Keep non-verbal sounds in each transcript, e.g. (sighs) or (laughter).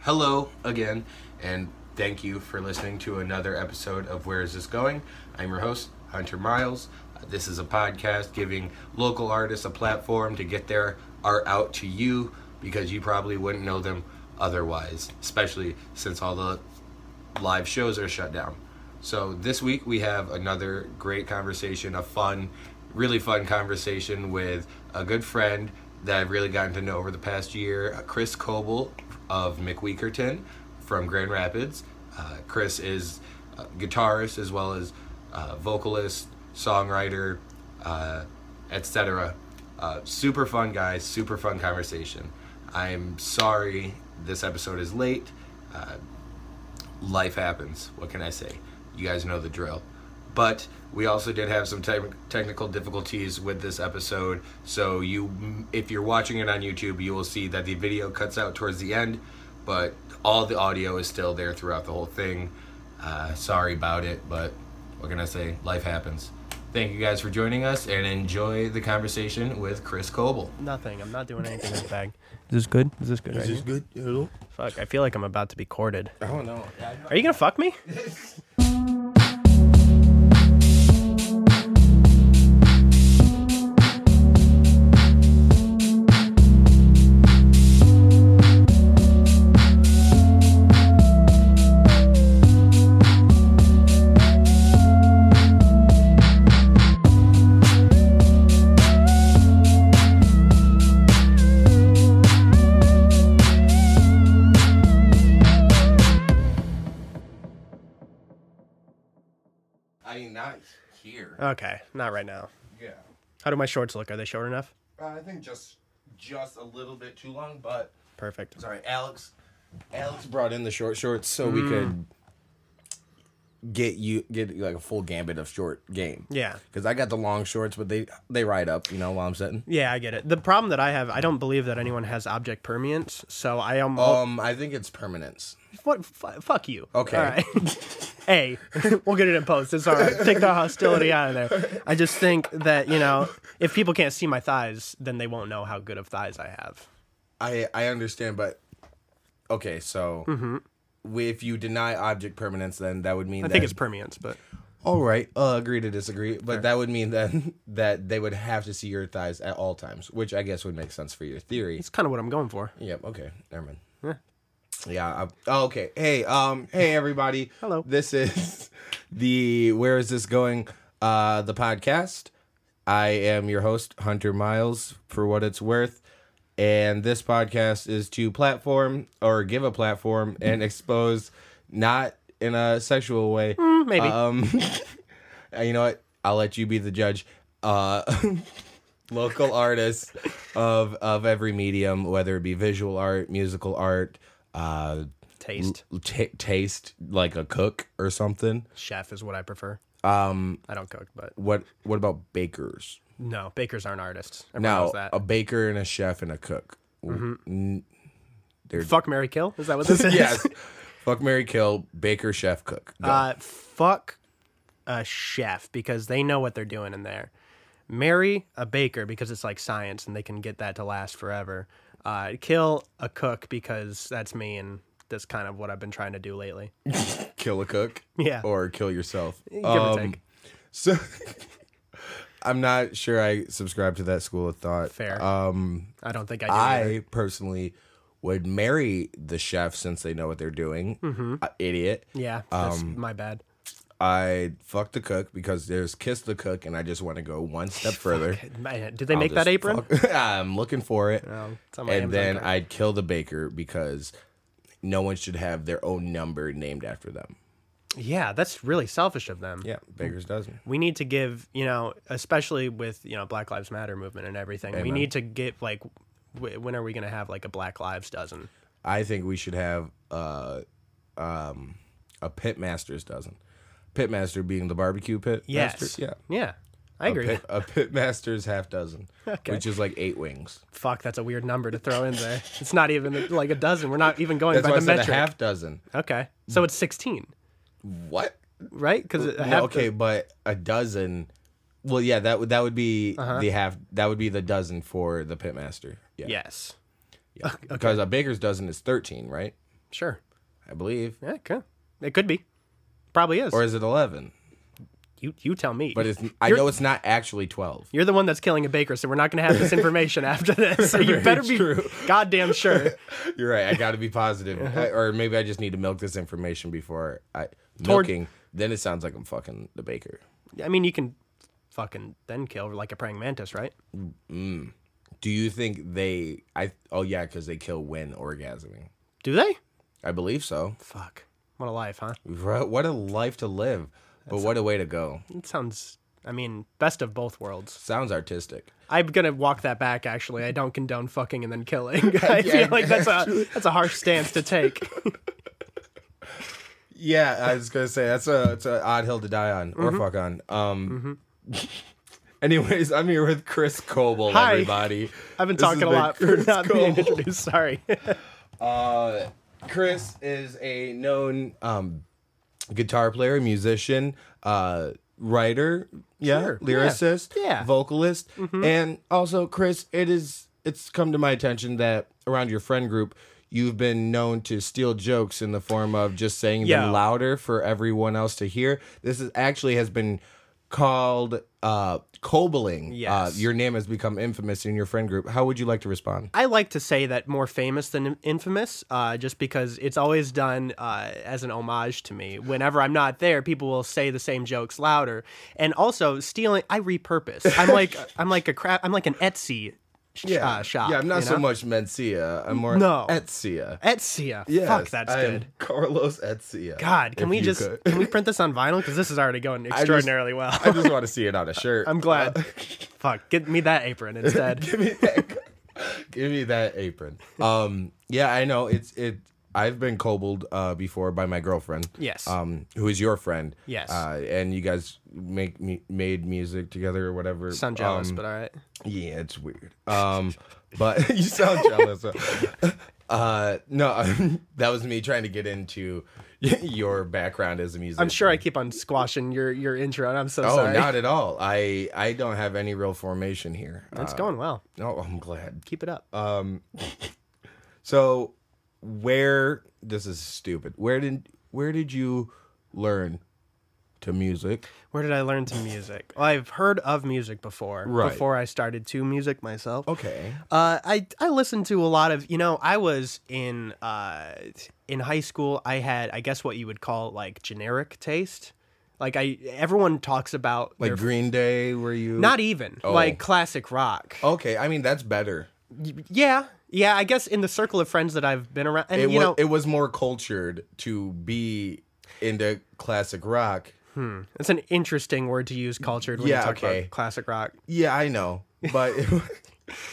Hello again, and thank you for listening to another episode of Where Is This Going? I'm your host, Hunter Miles. This is a podcast giving local artists a platform to get their art out to you because you probably wouldn't know them otherwise, especially since all the live shows are shut down. So this week we have another great conversation, a fun, really fun conversation with a good friend that I've really gotten to know over the past year, Chris Coble of McWeakerton from Grand Rapids. Uh, Chris is a guitarist as well as uh, vocalist, songwriter, uh, etc. Uh, super fun guy, super fun conversation. I'm sorry this episode is late. Uh, life happens. What can I say? You guys know the drill. But we also did have some te- technical difficulties with this episode. So you, if you're watching it on YouTube, you will see that the video cuts out towards the end, but all the audio is still there throughout the whole thing. Uh, sorry about it, but what can I say? Life happens. Thank you guys for joining us and enjoy the conversation with Chris Coble. Nothing. I'm not doing anything in the bag. Is this good? Is this good? right Is this here? good? Hello? Fuck. I feel like I'm about to be courted. I don't know. Are you gonna fuck me? I mean, not here. Okay. Not right now. Yeah. How do my shorts look? Are they short enough? I think just just a little bit too long, but Perfect. sorry, Alex. Mm. Alex brought in the short shorts so we could Get you get like a full gambit of short game. Yeah. Because I got the long shorts, but they they ride up, you know, while I'm sitting. Yeah, I get it. The problem that I have, I don't believe that anyone has object permeance, so I am. Um, I think it's permanence. what? F- fuck you. Okay. All right. (laughs) hey, we'll get it in post. It's all right. Take the hostility out of there. I just think that you know, if people can't see my thighs, then they won't know how good of thighs I have. I I understand, but okay, so we- if you deny object permanence, then that would mean Mm-hmm. I that, think it's permeance, but all right. Uh, agree to disagree, but that would mean then (laughs) that they would have to see your thighs at all times, which I guess would make sense for your theory. it's kind of what I'm going for. Yep. Okay. Never mind. Yeah. I, oh, okay. Hey. Um. Hey, everybody. Hello. This is the Where Is This Going? Uh, the podcast. I am your host, Hunter Miles, for what it's worth. And this podcast is to platform or give a platform and expose, not in a sexual way. Mm, Maybe. Um, uh, you know what? I'll let you be the judge. Uh, (laughs) local artists of of every medium, whether it be visual art, musical art, uh, Taste. t- taste like a cook or something. Chef is what I prefer. Um, I don't cook, but What what about bakers? no, bakers aren't artists. Everyone Now knows that. Mm-hmm. a baker and a chef and a cook. N- fuck Mary Kill? Is that (laughs) what this is? (laughs) (laughs) yes. Fuck Mary Kill, baker, chef, cook. Go. Uh, fuck a chef because they know what they're doing in there. Marry a baker because it's like science and they can get that to last forever. Uh, kill a cook because that's me and that's kind of what I've been trying to do lately. (laughs) kill a cook. Yeah. Or kill yourself. Um, Give or take. So (laughs) I'm not sure I subscribe to that school of thought. Fair. Um, I don't think I do. either. I personally would marry the chef since they know what they're doing. Uh, idiot. Mm-hmm. Yeah, that's my bad. I fuck the cook because there's kiss the cook, and I just want to go one step further. Man, Did they I'll make that just apron? fuck- (laughs) I'm looking for it. it's on my and Amazon then cart. I'd kill the baker because no one should have their own number named after them. Yeah, that's really selfish of them. Yeah, bakers doesn't. we need to give you know especially with you know black lives matter movement and everything we need to get like w- when are we going to have like a black lives dozen I think we should have uh, um, a pit master's dozen. Pitmaster being the barbecue pit. yes master? Yeah. yeah i agree A (laughs) pit, a pit master's half dozen, which is like eight wings. fuck that's a weird number to throw in there (laughs) it's not even like a dozen we're not even going That's by why I the said metric a half dozen. okay so it's 16 What? right because No, half okay, but a dozen. Well, yeah, that would that would be Uh-huh. the half. That would be the dozen for the pitmaster. Yeah, yes yeah. because a baker's dozen is thirteen, right? sure I believe, yeah okay. it could be probably is or or is it eleven? you, you tell me But it's I You're- know it's not actually twelve. You're the one that's killing a baker, so we're not going to have (laughs) this information after this. So you better be goddamn sure. You're right. I got to be (laughs) positive, I- or maybe I just need to milk this information before I Toward- milking. Then it sounds like I'm fucking the baker. I mean, you can fucking then kill like a praying mantis, right? Do you think they? I oh yeah, because they kill when orgasming. Do they? I believe so. Fuck. What a life, huh? Right, What a life to live, but what a way to go. It sounds, I mean, best of both worlds. Sounds artistic. I'm going to walk that back, actually. I don't condone fucking and then killing. (laughs) I feel like that's a, that's a harsh stance to take. Yeah, I was gonna say that's a it's an odd hill to die on or fuck on. Um. (laughs) anyways, I'm here with Chris Coble, Hi. everybody. I've been This has talking a lot for Chris not being Coble. introduced. Sorry. Uh, Chris is a known um, guitar player, musician, uh, writer, yeah, Sure, yeah, lyricist, yeah. Mm-hmm. vocalist, and also Chris. It is it's come to my attention that around your friend group. You've been known to steal jokes in the form of just saying Yo. them louder for everyone else to hear. This is actually has been called uh cobbling. Uh, Yes. your name has become infamous in your friend group. How would you like to respond? I like to say that more famous than infamous, uh, just because it's always done uh, as an homage to me. Whenever I'm not there, people will say the same jokes louder, and also stealing. I repurpose. (laughs) I'm like I'm like a crap. I'm like an Etsy sh- uh, shop. Yeah, I'm not you so know? much Mencia. I'm more No. Etsia. Etsy. Yes, Fuck, that's I am good. Carlos Etsia. God, can If we you just could. can we print this (laughs) on vinyl? Because this is already going extraordinarily I well. just want to see it on (laughs) a shirt. I'm glad. Uh, Fuck, get me that (laughs) apron instead. give me that. give me that apron. Um, yeah, I know it's it. I've been cobled uh, before by my girlfriend. Yes. Um, who is your friend? Yes. Uh, and you guys make me made music together or whatever. Sound jealous, Um, but all right. Yeah, it's weird. (laughs) Um, but (laughs) you sound jealous. (laughs) Uh, no, (laughs) that was me trying to get into (laughs) your background as a musician. I'm sure I keep on squashing your your intro, and I'm so Oh, sorry. not at all. I I don't have any real formation here. it's Uh, going well. No, I'm glad. Keep it up. So, where this is stupid. Where did where did you learn to music? Where did I learn to music? Well, I've heard of music before. Right. Before I started to music myself. Okay. Uh, I I listened to a lot of you know I was in uh in high school I had I guess what you would call like generic taste, like I everyone talks about Like their- Green Day, were you not even Oh. like classic rock. Okay, I mean that's better. Yeah, yeah. I guess in the circle of friends that I've been around, and it you was know it was more cultured to be into classic rock. it's an interesting word to use cultured when Yeah, you talk okay. about classic rock. Yeah, I know, (laughs) but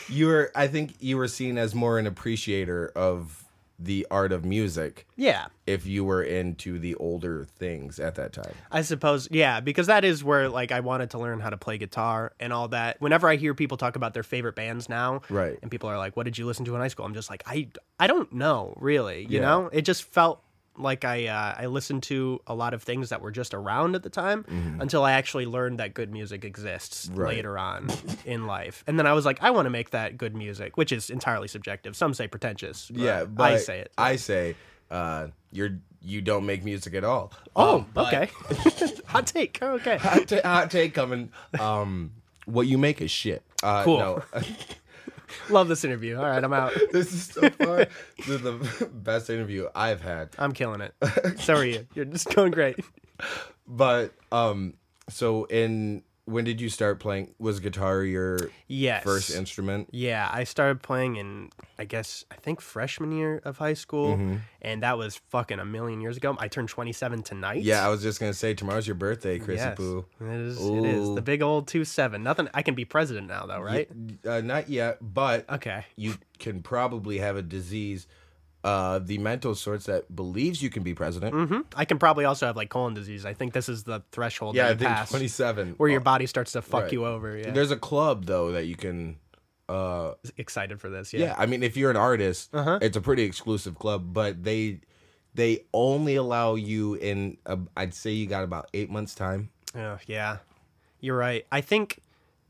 you were I think you were seen as more an appreciator of the art of music Yeah. if you were into the older things at that time. I suppose, yeah, because that is where like I wanted to learn how to play guitar and all that. Whenever I hear people talk about their favorite bands now, Right. and people are like, "What did you listen to in high school?" I'm just like, I I don't know really. You Yeah. know, it just felt like I uh, I listened to a lot of things that were just around at the time until I actually learned that good music exists Mm-hmm. Right. later on in life, and then I was like, I want to make that good music, which is entirely subjective. Some say pretentious. yeah, but I say it. I say uh, you're you don't make music at all. oh, okay, (laughs) hot take. Okay, hot, ta- hot take coming. Um, what you make is shit. Uh, Cool. No. Love this interview. All right, I'm out. (laughs) This is so far the, the (laughs) best interview I've had. I'm (laughs) killing it. So are you. You're just going great. But um, so in when did you start playing? Was guitar your Yes. first instrument? Yeah, I started playing in I guess I think freshman year of high school, Mm-hmm. and that was fucking a million years ago. I turned 27 tonight. Yeah, I was just gonna say tomorrow's your birthday, Chrissy yes. Poo. It is. It is Ooh. the big old two seven. Nothing. I can be president now though, right? Uh, not yet, but Okay. you can probably have a disease, uh, the mental sorts that believes you can be president. hmm I can probably also have like colon disease. I think this is the threshold. Yeah, I that you think pass 27. Where your body starts to fuck Right. you over. Yeah. There's a club though that you can. Uh, excited for this. yeah. Yeah. Uh-huh. I mean, if you're an artist, it's a pretty exclusive club, but they they only allow you in. uh, I'd say you got about eight months time. Yeah. yeah. You're right. I think,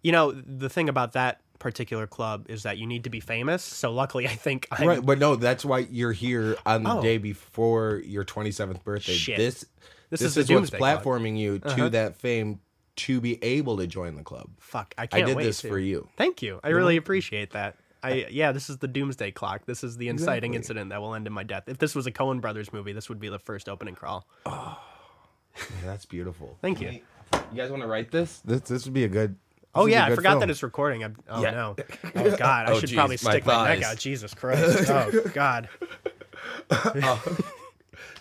you know, the thing about that particular club is that you need to be famous. So luckily, I think I'm right, but no, that's why you're here on the Oh. day before your 27th birthday. Shit. This this, This is is, the what's doomsday clock. platforming you to Uh-huh. that fame to be able to join the club. Fuck, I I can't did wait this to. for you. Thank you. I really appreciate that. I yeah, this is the doomsday clock. This is the inciting incident that will end in my death. If this was a Coen Brothers movie, this would be the first opening crawl. Yeah, that's beautiful. Thank you. You guys want to write this? This this would be a good. Oh yeah, I forgot that it's recording. I'm, oh Yeah. (laughs) no. Oh god, I Oh, should geez, probably my stick my, neck thighs. out. Jesus Christ. Oh (laughs) god.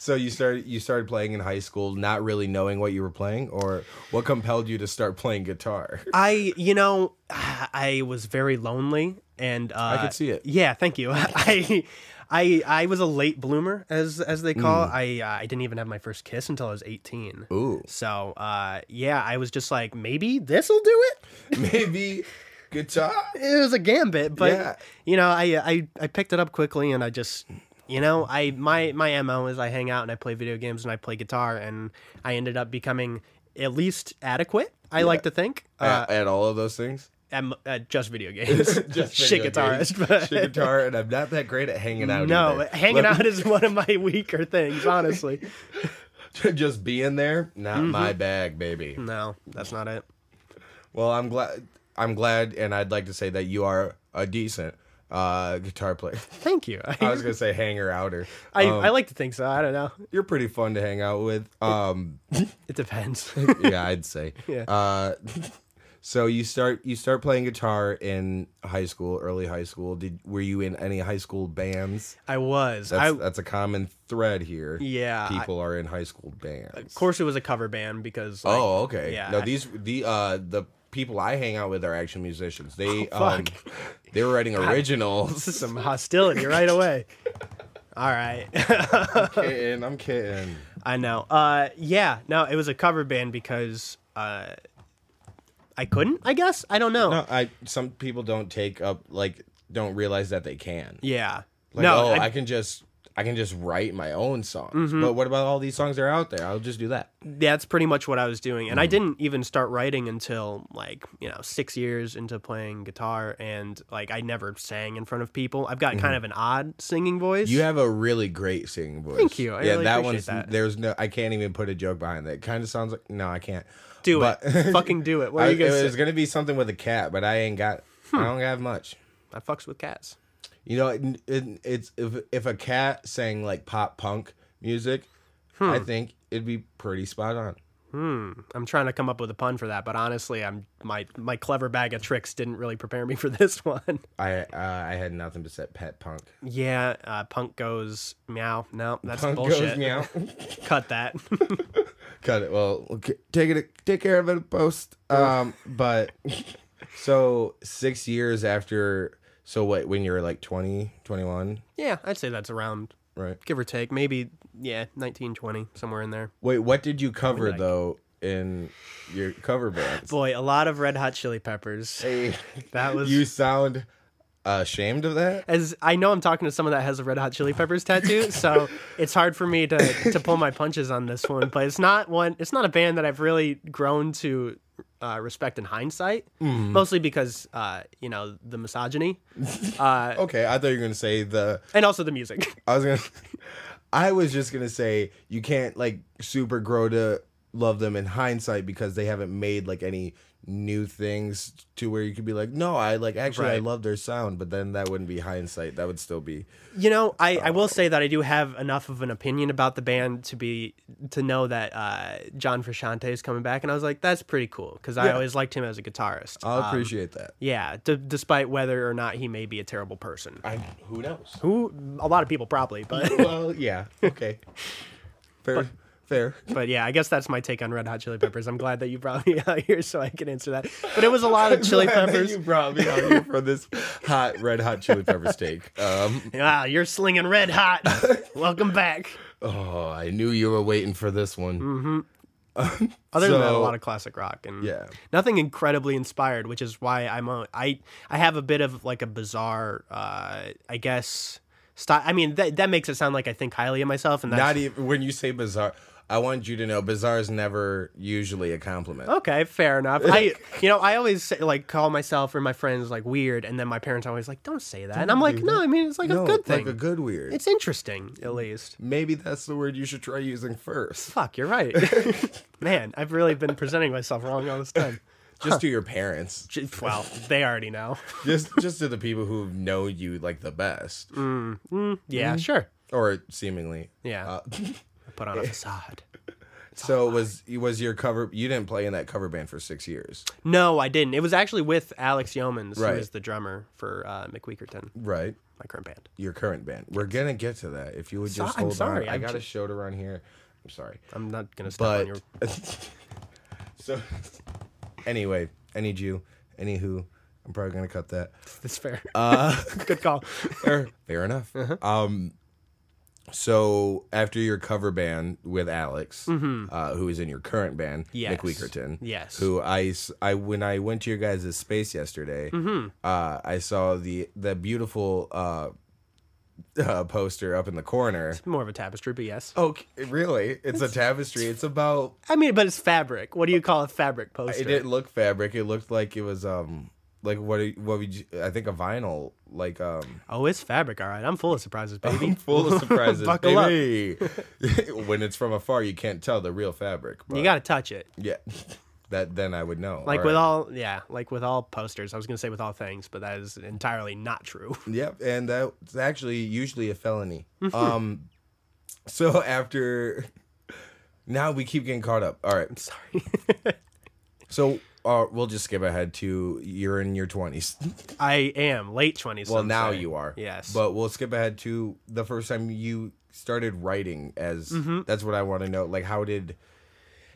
So you started you started playing in high school, not really knowing what you were playing, or what compelled you to start playing guitar? (laughs) I, you know, (sighs) I was very lonely, and uh, I could see it. Yeah, thank you. (laughs) I, I, I was a late bloomer, as as they call. it. I, uh, I didn't even have my first kiss until I was eighteen. Hmm. (laughs) Ooh. So, uh, yeah, I was just like, maybe this'll do it. Maybe guitar. It was a gambit, but Yeah. you know, I, I, I picked it up quickly, and I just. You know, I my my mo is I hang out and I play video games and I play guitar and I ended up becoming at least adequate. I like to think. Uh, at, at all of those things. at, m- at (laughs) just video games. (laughs) Just (laughs) shit video guitarist. games, But shit guitar, and I'm not that great at hanging out. no, either. hanging out is one of my (laughs) weaker (laughs) things, honestly. just being there, not my bag, baby. no, that's not it. Well, I'm glad. I'm glad, and I'd like to say that you are a decent uh, guitar player. (laughs) Thank you. I, I was gonna say hanger outer. I, oh. I like to think so. I don't know. You're pretty fun to hang out with. Um, It (laughs) depends. yeah, I'd say. Yeah. Uh, (laughs) so you start you start playing guitar in high school, early high school. Did were you in any high school bands? I was. That's, I, of that's a common thread here. Yeah, I- people are in high school bands. course, it was a cover band because. Like, Oh, okay. Yeah, No, I- these the uh the people I hang out with are actually musicians. They um Oh, fuck. they were (laughs) writing originals. this is (laughs) some hostility right away. All right. (laughs) kidding, I'm kidding. I know. Uh, yeah, no, it was a cover band because uh, I couldn't, I guess. I don't know. No, I some people don't take up like don't realize that they can. Yeah. Like, no, Mm-hmm. oh, I- I, can just I can just write my own songs. But what about all these songs that are out there? I'll just do that. that's pretty much what I was doing. Hmm. And I didn't even start writing until like, you know, six years into playing guitar. And like, I never sang in front of people. I've got Mm-hmm. kind of an odd singing (laughs) voice. You have a really great singing voice. Thank you. I really that appreciate one's that. there's no I can't even put a joke behind that. It kind of sounds like no, I can't. do but- it. Fucking do it. What I, are you it guys? was gonna be something with a cat, but I ain't got I don't have much. I fucks with cats. You know, it, it, it's if if a cat sang like pop punk music, I think it'd be pretty spot on. I'm trying to come up with a pun for that, but honestly, I'm my my clever bag of tricks didn't really prepare me (laughs) for this one. I uh, I had nothing but set pet punk. (laughs) yeah, uh, punk goes meow. No, that's Punk bullshit. goes meow. Cut that. (laughs) Cut it. Well, okay, take it. Take care of it. in Post. Um, (laughs) but so six years after. So what? When you were like 20, 21, yeah, I'd say that's around right? give or take, maybe yeah, 19, 20, somewhere in there. Wait, what did you cover though in your cover bands? Boy, a lot of Red Hot Chili Peppers. Hey, That was you sound ashamed of that. as I know I'm talking to someone that has a Red Hot Chili Peppers (laughs) tattoo, so it's hard for me to to pull my punches on this one. But it's not one. It's not a band that I've really grown to uh, respect in hindsight, mostly because uh, you know the misogyny uh, Okay, I thought you were gonna say the and also the (laughs) music. I was gonna. (laughs) I was just gonna say you can't like super grow to love them in hindsight because they haven't made like any new things to where you could be like, no, I like actually I Right. love their sound, but then that wouldn't be hindsight. That would still be You know, I, I will say that I do have enough of an opinion about the band to be to know that uh, John Frusciante is coming back, and I was like, that's pretty cool because I always liked him as a guitarist. I'll Uh, appreciate that. yeah, d- despite whether or not he may be a terrible person. I who knows? Who a lot of people probably, but well, yeah. Okay. Fair (laughs) fair. but yeah, I guess that's my take on Red Hot Chili Peppers. I'm glad that you brought me (laughs) out here so I can answer that. But it was a (laughs) lot of Chili Glad that Peppers. You brought me out here for this hot red hot chili pepper steak. Um, Wow, you're slinging red (laughs) hot. Welcome back. oh, I knew you were waiting for this one. Other than that, a So- lot of classic rock and Yeah. nothing incredibly inspired, which is why I'm a, I I have a bit of like a bizarre, uh, I guess. Style. I mean, that that makes it sound like I think highly of myself, and that's Not even when you say bizarre. I want you to know bizarre is never usually a compliment. Okay, fair enough. (laughs) I, you know, I always say, like call myself or my friends like weird, and then my parents are always like, "Don't say that," and I'm like, "No, I mean it's like no, a good thing. Oh, like a Mm. good weird. it's interesting, at least." Maybe that's the word you should try using first. Fuck, you're (laughs) right. Man, I've really been presenting myself wrong all this time. Just to your parents. J- Well, they already know. (laughs) Just just to the people who know you like the best, Mm. Yeah, Mm-hmm. sure. or seemingly. Yeah, (laughs) put on a facade. So was was your cover? You didn't play in that cover band for six years, No, I didn't. It was actually with Alex Yeomans, Right. who is the drummer for uh, McWeakerton, right? my current band. Your current band. We're gonna get to that. If you would So- just I'm hold sorry, on, I I'm got a ju- show to run here. I'm sorry, I'm not gonna step on but your. (laughs) (laughs) so anyway, I need you. Anywho, I'm probably gonna (laughs) cut that. That's fair. Uh, (laughs) Good (laughs) call. fair, fair enough. Uh-huh. Um, so after your cover band with Alex, uh, who is in your current band, Mm-hmm. Yes. Nick Weakerton, Yes. who I, s- I- when I went to your guys' space yesterday, Mm-hmm. uh, I saw the the beautiful uh, (laughs) uh, poster up in the corner. More of a tapestry, but yes. Okay, really? It's a tapestry. It's about. I mean, but it's fabric. What do you call a fabric poster? It didn't look fabric. It looked like it was um like what do- what would you, I think a vinyl like um oh, it's fabric. All right, I'm full of surprises, Oh, (laughs) baby. (laughs) full of surprises. Buckle up. baby. when it's from afar, you can't tell the real fabric. But you got to touch it, yeah. That then I would know. like All with right. all yeah, like with all posters. I was gonna say with all things, but that is entirely not (laughs) true. Yep, and that's actually usually (laughs) a felony. um, so after now we keep getting caught up. All right, Sorry. (laughs) so uh, we'll just skip ahead to you're in your twenties. I am late twenties. Well, now you are. Yes. But we'll skip ahead to the first time you started writing. As Mm-hmm. that's what I want to know. Like, how did?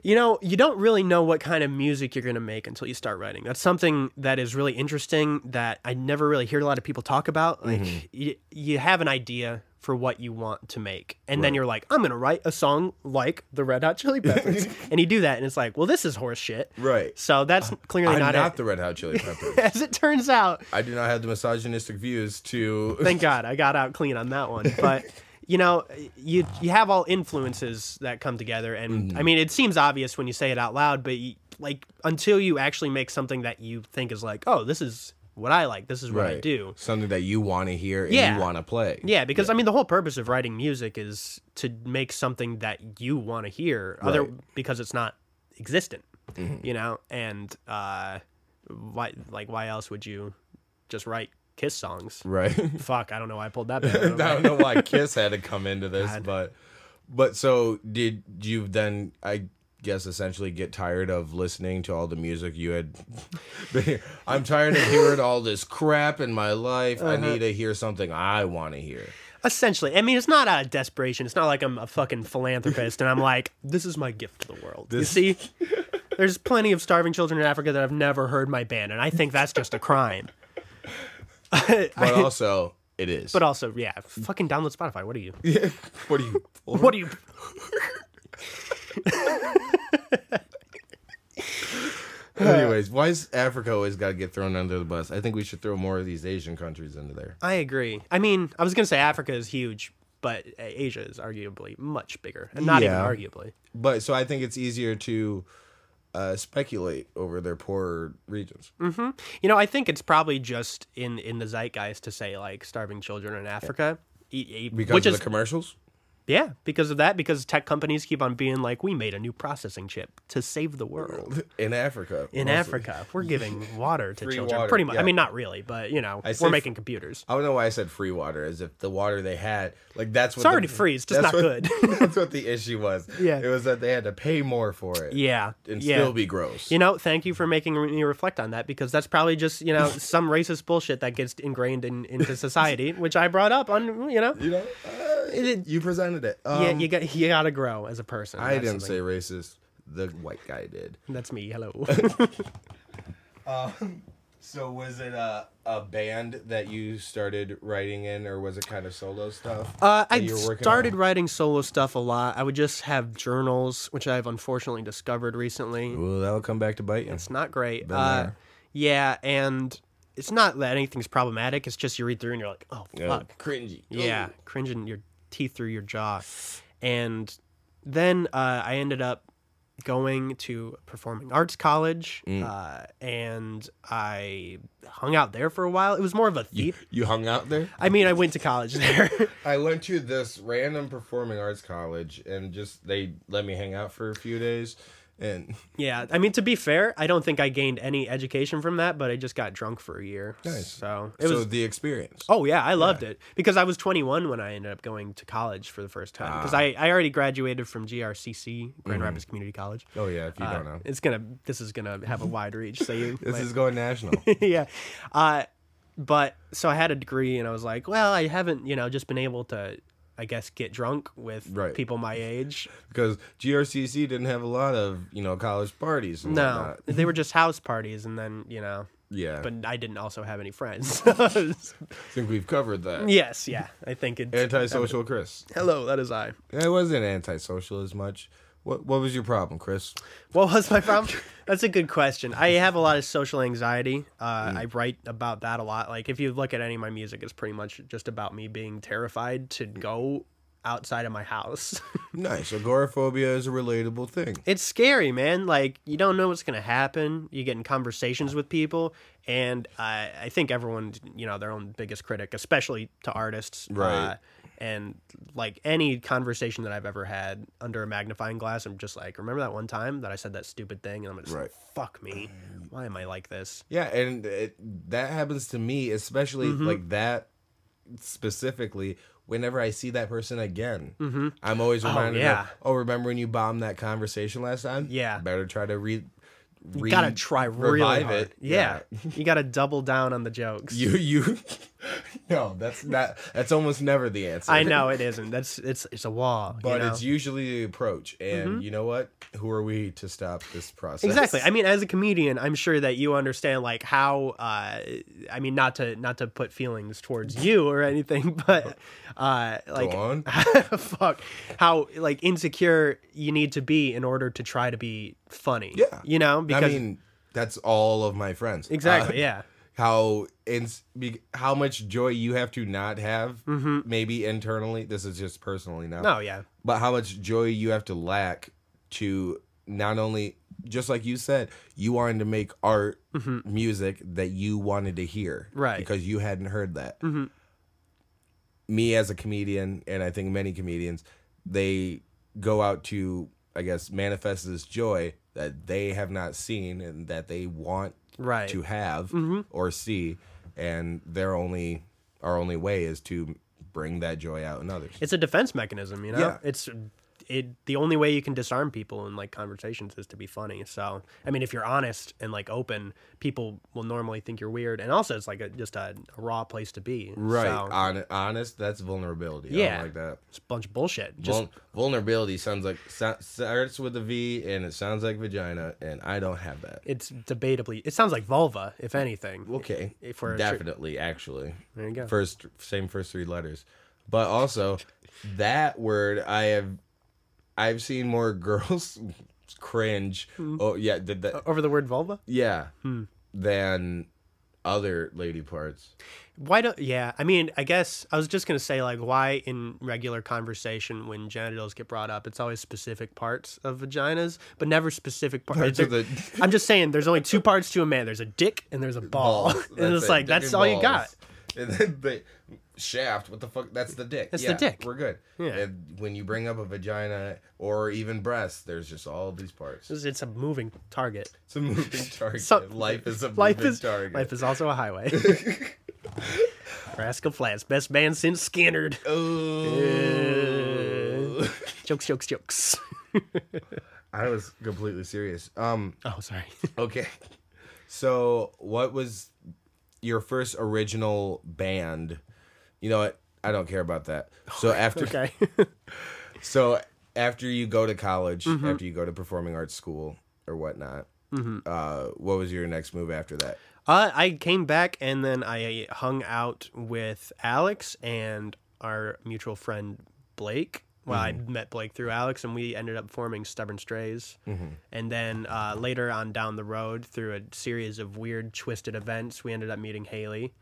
You know, you don't really know what kind of music you're going to make until you start writing. That's something that is really interesting that I never really hear a lot of people talk about. Like, Mm-hmm. you, you have an idea for what you want to make, and then you're like, I'm going to write a song like the Red Hot (laughs) Chili Peppers. and you do that, and it's like, well, this is horse shit. Right. So that's clearly I'm not, not, it. the Red Hot Chili Peppers. As it (laughs) turns out, I do not have the misogynistic views to. thank God I got out clean on that one. But you know, you you have all influences that come together, and I mean, it seems obvious when you say it out loud, but you, like until you actually make something that you think is like, oh, this is what I like, (laughs) this is what I do. something that you want to hear and Yeah. you want to play. Yeah, because I mean, the whole purpose of writing music is to make something that you want to hear, other because it's not existent, you know. And uh, why, like, why else would you just write kiss songs? (laughs) Right. (laughs) Fuck, I don't know why I pulled that. Back. out of my I don't know why Kiss had to come into this, but but so did you then? I guess essentially get tired of listening to all the music you had. (laughs) I'm tired of hearing all this crap in my life. I Uh-huh. need to hear something I want to hear. Essentially, I mean, it's not out of desperation. It's not like I'm a fucking philanthropist (laughs) and I'm like, this is my gift to the world. You see, there's plenty of starving children in Africa that have never heard my band, and I think that's just a crime. (laughs) But also, it is. But also, yeah, fucking download Spotify. What are (laughs) you? what (laughs) do you? What are you? Anyways, why is Africa always got to get thrown under the bus? I think we should throw more of these Asian countries into there. I agree. I mean, I was gonna say Africa is huge, but uh, Asia is arguably much bigger, and not Yeah. even arguably. But so I think it's easier to uh, speculate over their poorer regions. You know, I think it's probably just in in the zeitgeist to say like starving children in Africa, e- e- Because which of is the commercials? Yeah, because of that, because tech companies keep on being like, we made a new processing chip to save the world. in Africa. In mostly. Africa, we're (laughs) giving water to Free children. water, pretty much. yeah. I mean, not really, but you know, say we're f- making computers. I don't know why I said free water, as if the water they had, like that's It's what the- already free, it's just that's not what- good. (laughs) that's what the issue was. Yeah. it was that they had to pay more for it. Yeah, and yeah. still be gross. You know, thank you for making me reflect on that because that's probably just you (laughs) know some racist bullshit that gets ingrained in, into (laughs) society, which I brought up on you know. You know, uh, you presented it. Um, yeah, you got you got to grow as a person. I That's didn't something- say racist. The white guy did. That's me. (laughs) Hello. So was it a a band that you started writing in, or was it kind of solo stuff? (laughs) Uh, that I you were working started on? writing solo stuff a lot. I would just have journals, which I've unfortunately discovered recently. Ooh, that'll come back to bite you. It's not great. Uh, there. yeah, and it's not that anything's problematic. It's just you read through and you're like, oh fuck, cringy. Yeah, cringing your teeth through your jaw. And then uh, I ended up going to performing arts college, Mm. uh, and I hung out there for a while. It was more of a You, theater. you hung out there. I mean, (laughs) I went to college there. (laughs) I went to this random performing arts college, and just they let me hang out for a few days, and yeah, I mean, to be fair, I don't think I gained any education from that, but I just got drunk for a year. Nice. So it so was. the experience. Oh yeah, I loved it because I was 21 when I ended up going to college for the first time Ah. because I, I already graduated from GRCC Grand Rapids Community College. Mm-hmm. Oh yeah, if you Uh, don't know, It's gonna. This is gonna have (laughs) a wide reach. So you. this might- is (laughs) going national. (laughs) yeah. Uh, but so I had a degree, and I was like, well, I haven't, you know, just been able to, I guess, get drunk with Right. people my age. because GRCC didn't have a lot of you know college parties. And No, whatnot. (laughs) they were just house parties, and then you know. yeah, but But I didn't also have any friends. (laughs) (laughs) I think we've covered that. yes, yeah, I think it's Antisocial Chris. (laughs) Hello, that is I. I wasn't antisocial as much. What What was your problem, Chris? What was my problem? That's a good question. I have a lot of social anxiety. Uh, I write about that a lot. Like if you look at any of my music, it's pretty much just about me being terrified to go outside of my house. (laughs) Nice. Agoraphobia is a relatable thing. it's scary, man. Like you don't know what's gonna happen. You get in conversations with people, and I, I think everyone, you know, their own biggest critic, especially to artists, uh, Right. and like any conversation that I've ever had under a magnifying glass, I'm just like, remember that one time that I said that stupid thing, and I'm just Right. like, fuck me. Why am I like this? Yeah, and it, that happens to me, especially Mm-hmm. like that specifically. Whenever I see that person again, mm-hmm. I'm always reminded yeah. of, oh, remember when you bombed that conversation last time? Yeah. Better try to re. You re- gotta try really revive hard. it. Yeah, you gotta double down on the jokes. You, you. (laughs) no, that's not, that's almost never the answer. (laughs) I know it isn't. That's it's it's a wall. But you know? it's usually the approach. And you know what? Who are we to stop this process? Exactly. I mean, as a comedian, I'm sure that you understand like how. Uh, I mean, not to not to put feelings towards you or anything, (laughs) but uh, like, Go on. (laughs) fuck, how like insecure you need to be in order to try to be funny. Yeah. You know, because I mean, that's all of my friends. exactly. Uh, yeah. (laughs) How ins- be- how much joy you have to not have, maybe internally. This is just personally now. No. Mm-hmm. Oh, Yeah. But how much joy you have to lack to not only, just like you said, you wanted to make art, music that you wanted to hear. Right. Because you hadn't heard that. Me as a comedian, and I think many comedians, they go out to, I guess, manifest this joy that they have not seen and that they want Right. Mm-hmm. to have or see. And their only, our only way is to bring that joy out in others. It's a defense mechanism. You know. Yeah. It's it. The only way you can disarm people in like conversations is to be funny. So I mean, if you're honest and like open, people will normally think you're weird. And also, it's like a, just a, a raw place to be. Right. So- Hon- honest, that's vulnerability. I Yeah. don't like that. It's a bunch of bullshit. Just Vul- vulnerability sounds like so- starts with a V and it sounds like vagina, and I don't have that. it's debatably. It sounds like vulva, if anything. Okay. If we're Definitely, actually. There you go. First, same first three letters, but also that word I have, I've seen more (laughs) girls cringe. Oh yeah, did that? over the word vulva. Yeah, than other lady parts. Why don't? Yeah, I mean, I guess I was just gonna say like, why in regular conversation when genitals get brought up, it's always specific parts of vaginas, but never specific par- Parts of there- the- I'm just saying, there's only two parts to a man. There's a dick and there's a ball, Balls. and (laughs) it's it. like Dick (laughs) that's all you got. balls. And then they, shaft. What the fuck? That's the dick. That's the yeah, dick. We're good. Yeah. And when you bring up a vagina or even breasts, there's just all these parts. It's it's a moving target. It's (laughs) a moving target. So- life is a Life moving is target. life is also a highway. (laughs) Rascal Flats, best band since Scannerd. Oh. Jokes, jokes, jokes. I was completely serious. Um. Oh, sorry. Okay. (laughs) So, what was your first original band? You know what? I don't care about that. So (laughs) after (laughs) okay. so after you go to college, Mm-hmm. after you go to performing arts school or whatnot, uh, what was your next move after that? Uh, I came back and then I hung out with Alex and our mutual friend Blake. Well, I met Blake through Alex, and we ended up forming Stubborn Strays. And then uh, later on down the road, through a series of weird, twisted events, we ended up meeting Haley.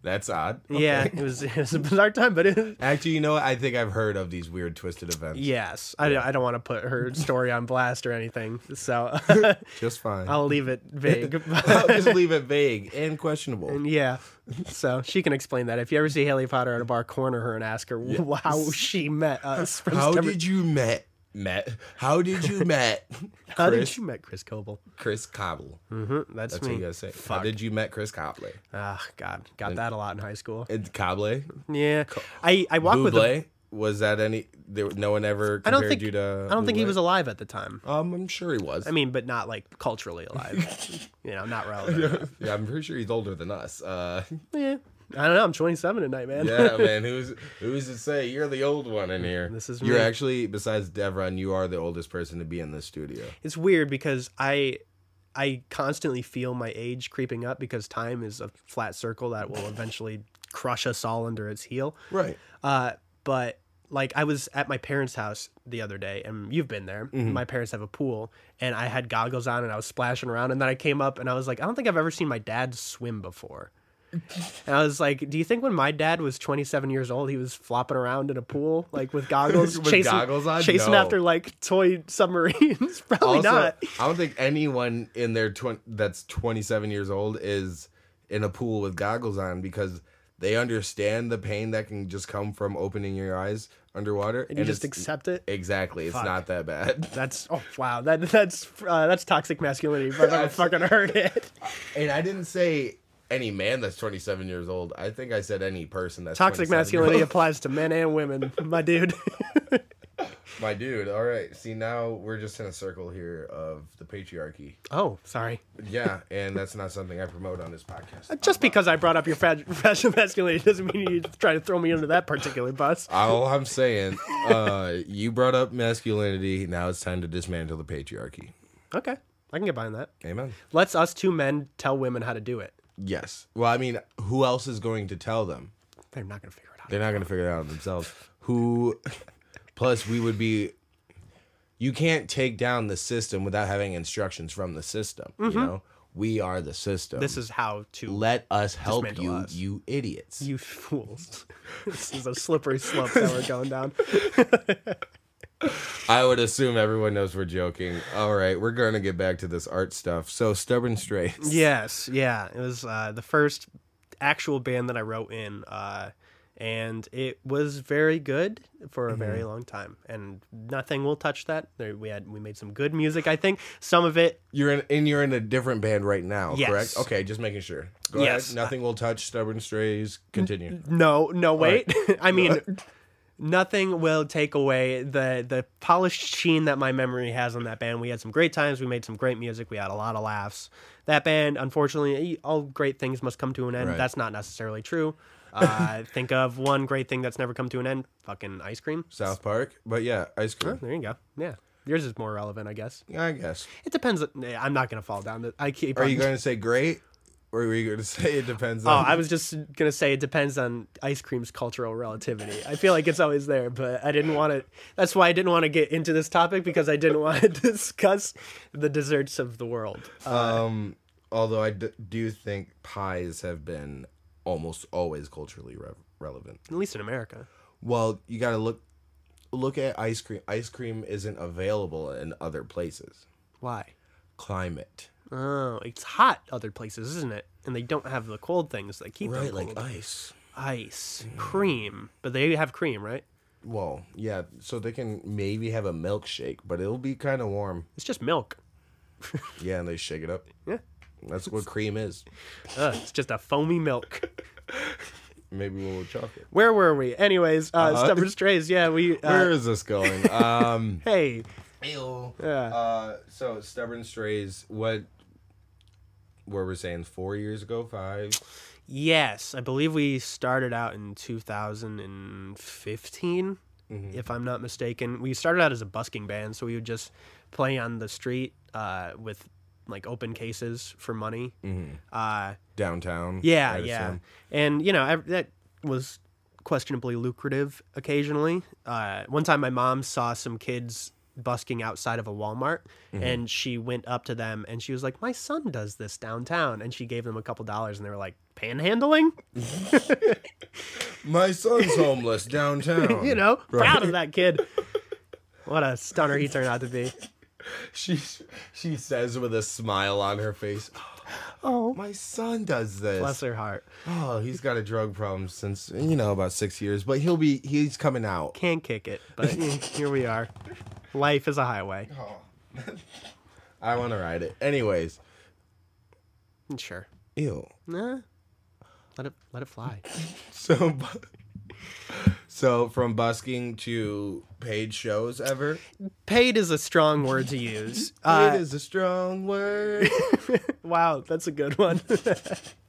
That's odd. Yeah, it was it was a bizarre time, but it, Actually, you know what? I think I've heard of these weird twisted events. yes, I, I don't want to put her story on blast or anything, so (laughs) Just fine. I'll leave it vague. I'll (laughs) just leave it vague and questionable. Yeah. So she can explain that. If you ever see Haley Potter at a bar, corner her and ask her (laughs) how she met us. From How Stubborn- did you met met? How (laughs) did you met how Chris? did you met Chris Coble? Chris Cobble? Mm-hmm, that's, That's me. what you gotta say. How did you met Chris Cobley? Ah, God, got that a lot in high school. It's Cobley. Yeah, I I walked with. Him. Buble. Was that any? There, no one ever I compared don't think you to. I don't think he Buble? was alive at the time. Um, I'm sure he was. I mean, but not like culturally (laughs) alive. you know, not relevant. yeah, I'm pretty sure he's older than us. (laughs) Uh, yeah. I don't know. I'm 27 tonight, man. yeah, man. Who's who's to say you're the old one in here? This is you're me. actually besides Devron, you are the oldest person to be in this studio. it's weird because I I constantly feel my age creeping up because time is a flat circle that will eventually crush us all under its heel. Right. Uh, but like I was at my parents' house the other day, and you've been there. Mm-hmm. My parents have a pool, and I had goggles on and I was splashing around, and then I came up and I was like, I don't think I've ever seen my dad swim (laughs) before. And I was like, Do you think when my dad was 27 years old, he was flopping around in a pool like (laughs) with goggles, With chasing, goggles on? chasing No. after like toy submarines? (laughs) Probably also, not. I don't think anyone in their twen- that's 27 years old is in a pool with goggles on because they understand the pain that can just come from opening your eyes underwater. And you just it's- accept it. exactly. It's not that bad. (laughs) That's oh wow that that's uh, that's toxic masculinity. But I fucking heard it. And I didn't say any man that's 27 years old. I think I said any person that's Toxic 27 years masculinity old. applies to men and women, my dude. My dude. All right. See, now we're just in a circle here of the patriarchy. Oh, sorry. Yeah, and that's not something I promote on this podcast. Uh, Just because I brought up your fa- (laughs) fashion masculinity doesn't mean you try to throw me under that particular bus. All I'm saying, uh, you brought up masculinity. Now it's time to dismantle the patriarchy. Okay, I can get behind that. Amen. Let's us two men tell women how to do it. Yes. Well, I mean, who else is going to tell them? They're not gonna figure it out. They're not going to figure it out themselves. Who? Plus, we would be. You can't take down the system without having instructions from the system. You know, we are the system. Mm-hmm. This is how to Let us help Dismantle you, us. you idiots. you (laughs) fools. this is a slippery slope that we're going down. I would assume everyone knows we're joking. All right, we're going to get back to this art stuff. So, stubborn straight. Yes, yeah. It was uh, the first actual band that I wrote in, uh, and it was very good for a very long time. And nothing will touch that. There, we had we made some good music. I think some of it You're in, and you're in a different band right now, Yes. correct? Okay, just making sure. Go Yes. ahead. Nothing will touch stubborn strays. Continue. No, no, wait. (laughs) I mean, nothing will take away the the polished sheen that my memory has on that band. We had some great times. We made some great music. We had a lot of laughs. That band, unfortunately, all great things must come to an end. Right. That's not necessarily true. Uh, think of one great thing that's never come to an end: fucking ice cream. South Park, but yeah, ice cream. There you go. Yeah, yours is more relevant, I guess. Yeah, I guess. It depends. on- nah, I'm not gonna fall down. The, I keep. Are on- you going to say great, or are you going to (laughs) say it depends? Oh, on... I was just gonna say it depends on ice cream's cultural relativity. I feel like it's always there, but I didn't want to. That's why I didn't want to get into this topic because I didn't want to (laughs) discuss the desserts of the world. Uh, Although I d- do think pies have been almost always culturally re- relevant. at least in America. Well, you got to look look at ice cream. Ice cream isn't available in other places. Why? Climate, Oh, it's hot other places, isn't it? And they don't have the cold things that keep them right? cold. Like ice. ice cream, but they have cream, right? Well, yeah. So they can maybe have a milkshake, but it'll be kind of warm. It's just milk. Yeah, and they shake it up. Yeah, That's what cream is. Ugh, it's just a foamy milk. Maybe a little chocolate. Where were we? Anyways, uh, Uh-huh. stubborn strays. Yeah, we. Where Uh, is (laughs) this going? Um, hey, uh, so stubborn strays. What? Where we're saying four years ago, five. yes, I believe we started out in 2015, if I'm not mistaken. We started out as a busking band, so we would just play on the street uh, with like open cases for money. Uh, downtown. Yeah, I'd yeah, assume. and you know I, that was questionably lucrative occasionally. Uh, one time, my mom saw some kids busking outside of a Walmart, and she went up to them and she was like, "My son does this downtown," and she gave them a couple dollars, and they were like, "Panhandling," My son's homeless (laughs) downtown. you know, proud of that kid. what a stunner he turned out to be. (laughs) she she says with a smile on her face. Oh, my son does this. Bless her heart. Oh, he's got a drug problem since you know about six years, but he'll be he's coming out. Can't kick it, but (laughs) mm, here we are. Life is a highway. I want to ride it. Anyways, Sure. ew. (laughs) Nah. Let it let it fly. So, bu- so from busking to paid shows ever. (laughs) Paid is a strong word to use. Uh, it is a strong (laughs) word. Wow, that's a good one. (laughs)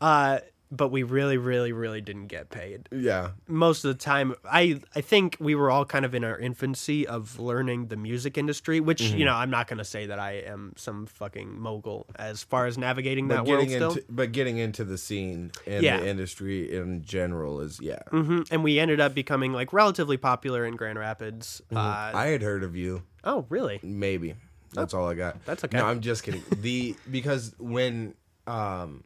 uh, but we really, really, really didn't get paid. yeah, Most of the time, I I think we were all kind of in our infancy of learning the music industry, which Mm-hmm. you know I'm not gonna say that I am some fucking mogul as far as navigating that but world getting still. into but getting into the scene and Yeah. the industry in general is yeah. Mhm, And we ended up becoming like relatively popular in Grand Rapids. Uh, Mm-hmm. I had heard of you. oh, really? Maybe. That's all I got. that's okay. No, I'm just kidding. The (laughs) because when um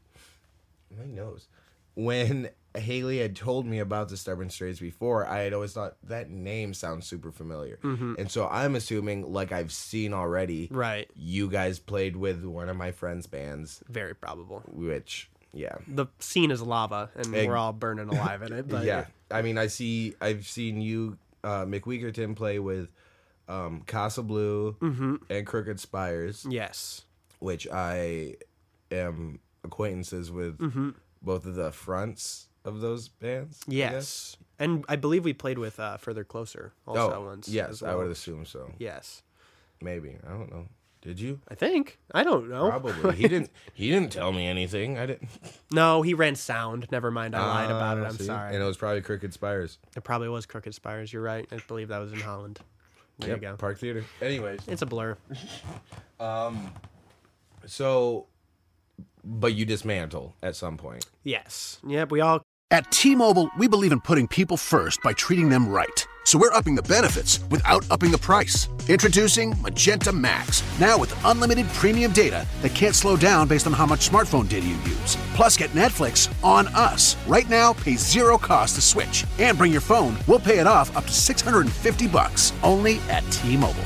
my nose. When Haley had told me about the Stubborn Strays before, I had always thought that name sounds super familiar. And so I'm assuming like I've seen already. Mm-hmm. Right. You guys played with one of my friends' bands, Very probable. which yeah. The scene is lava, and Egg- we're all burning alive in (laughs) it. But yeah. I mean, I see I've seen you uh Mick Weakerton play with um Casa Blue Mm-hmm. and Crooked Spires. Yes. which I am acquaintances with Mm-hmm. both of the fronts of those bands. I guess. Yes. And I believe we played with uh, Further Closer also oh, once. Yes, as I well. would assume so. Yes. Maybe. I don't know. Did you? I think. I don't know. Probably. he didn't he didn't tell me anything. I didn't No, he ran sound. Never mind. I (laughs) lied about it. Uh, I'm see? sorry. And it was probably Crooked Spires. It probably was Crooked Spires. You're right. I believe that was in Holland. There Yep, you go. Park Theater. Anyways. It's a blur. So but you dismantle at some point. Yes. Yep. We all At T Mobile, we believe in putting people first by treating them right. So we're upping the benefits without upping the price. Introducing Magenta Max, now with unlimited premium data that can't slow down based on how much smartphone data you use. Plus, get Netflix on us. Right now, pay zero cost to switch. And bring your phone, we'll pay it off up to 650 bucks only at T Mobile.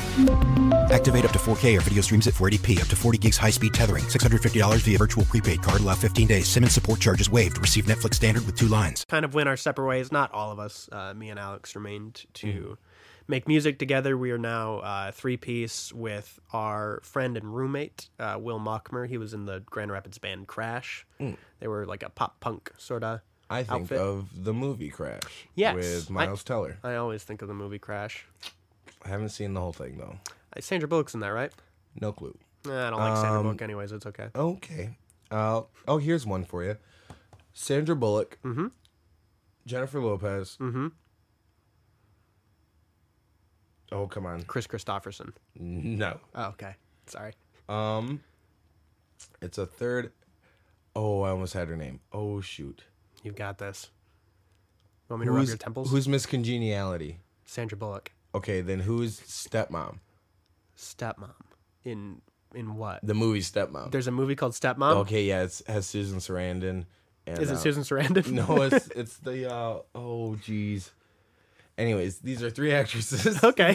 Activate up to 4K or video streams at 480p, up to 40 gigs high speed tethering, $650 via virtual prepaid card, allow 15 days. Sim and support charges waived. Receive Netflix standard with two lines. kind of went our separate ways. Not all of us. Uh, me and Alex remained to Hmm. make music together. We are now uh, three piece with our friend and roommate uh, Will Mockmer. He was in the Grand Rapids band Crash. Hmm. They were like a pop punk sort of. I think Outfit. of the movie Crash. Yes, With I- Miles Teller. I always think of the movie Crash. I haven't seen the whole thing though. Uh, Sandra Bullock's in that, right? No clue. Nah, I don't like Um, Sandra Bullock, anyways. It's okay. Okay. Uh, oh, here's one for you. Sandra Bullock. Mm-hmm. Jennifer Lopez. Mm-hmm. Oh, come on. Chris Christopherson. No. Um, Oh, okay. Sorry. It's a third. Oh, I almost had her name. Oh, shoot. You got this. You want me to rub your temples? who's Miss Congeniality? Sandra Bullock? Okay, then who's Stepmom? Stepmom. In in what? The movie Stepmom. There's a movie called Stepmom. okay, yeah, it has Susan Sarandon. And, Is it uh, Susan Sarandon? (laughs) (laughs) No, it's it's the uh, oh jeez. Anyways, these are three (laughs) actresses. (laughs) Okay.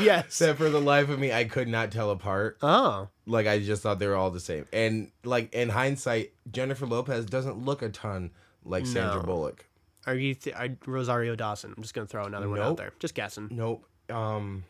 yes. Except for the life of me, I could not tell apart. Oh, Like I just thought they were all the same. And like in hindsight, Jennifer Lopez doesn't look a ton like Sandra No. Bullock. Are you th- I, Rosario Dawson? I'm just gonna throw another one out Nope. there. Just guessing. Nope. Um,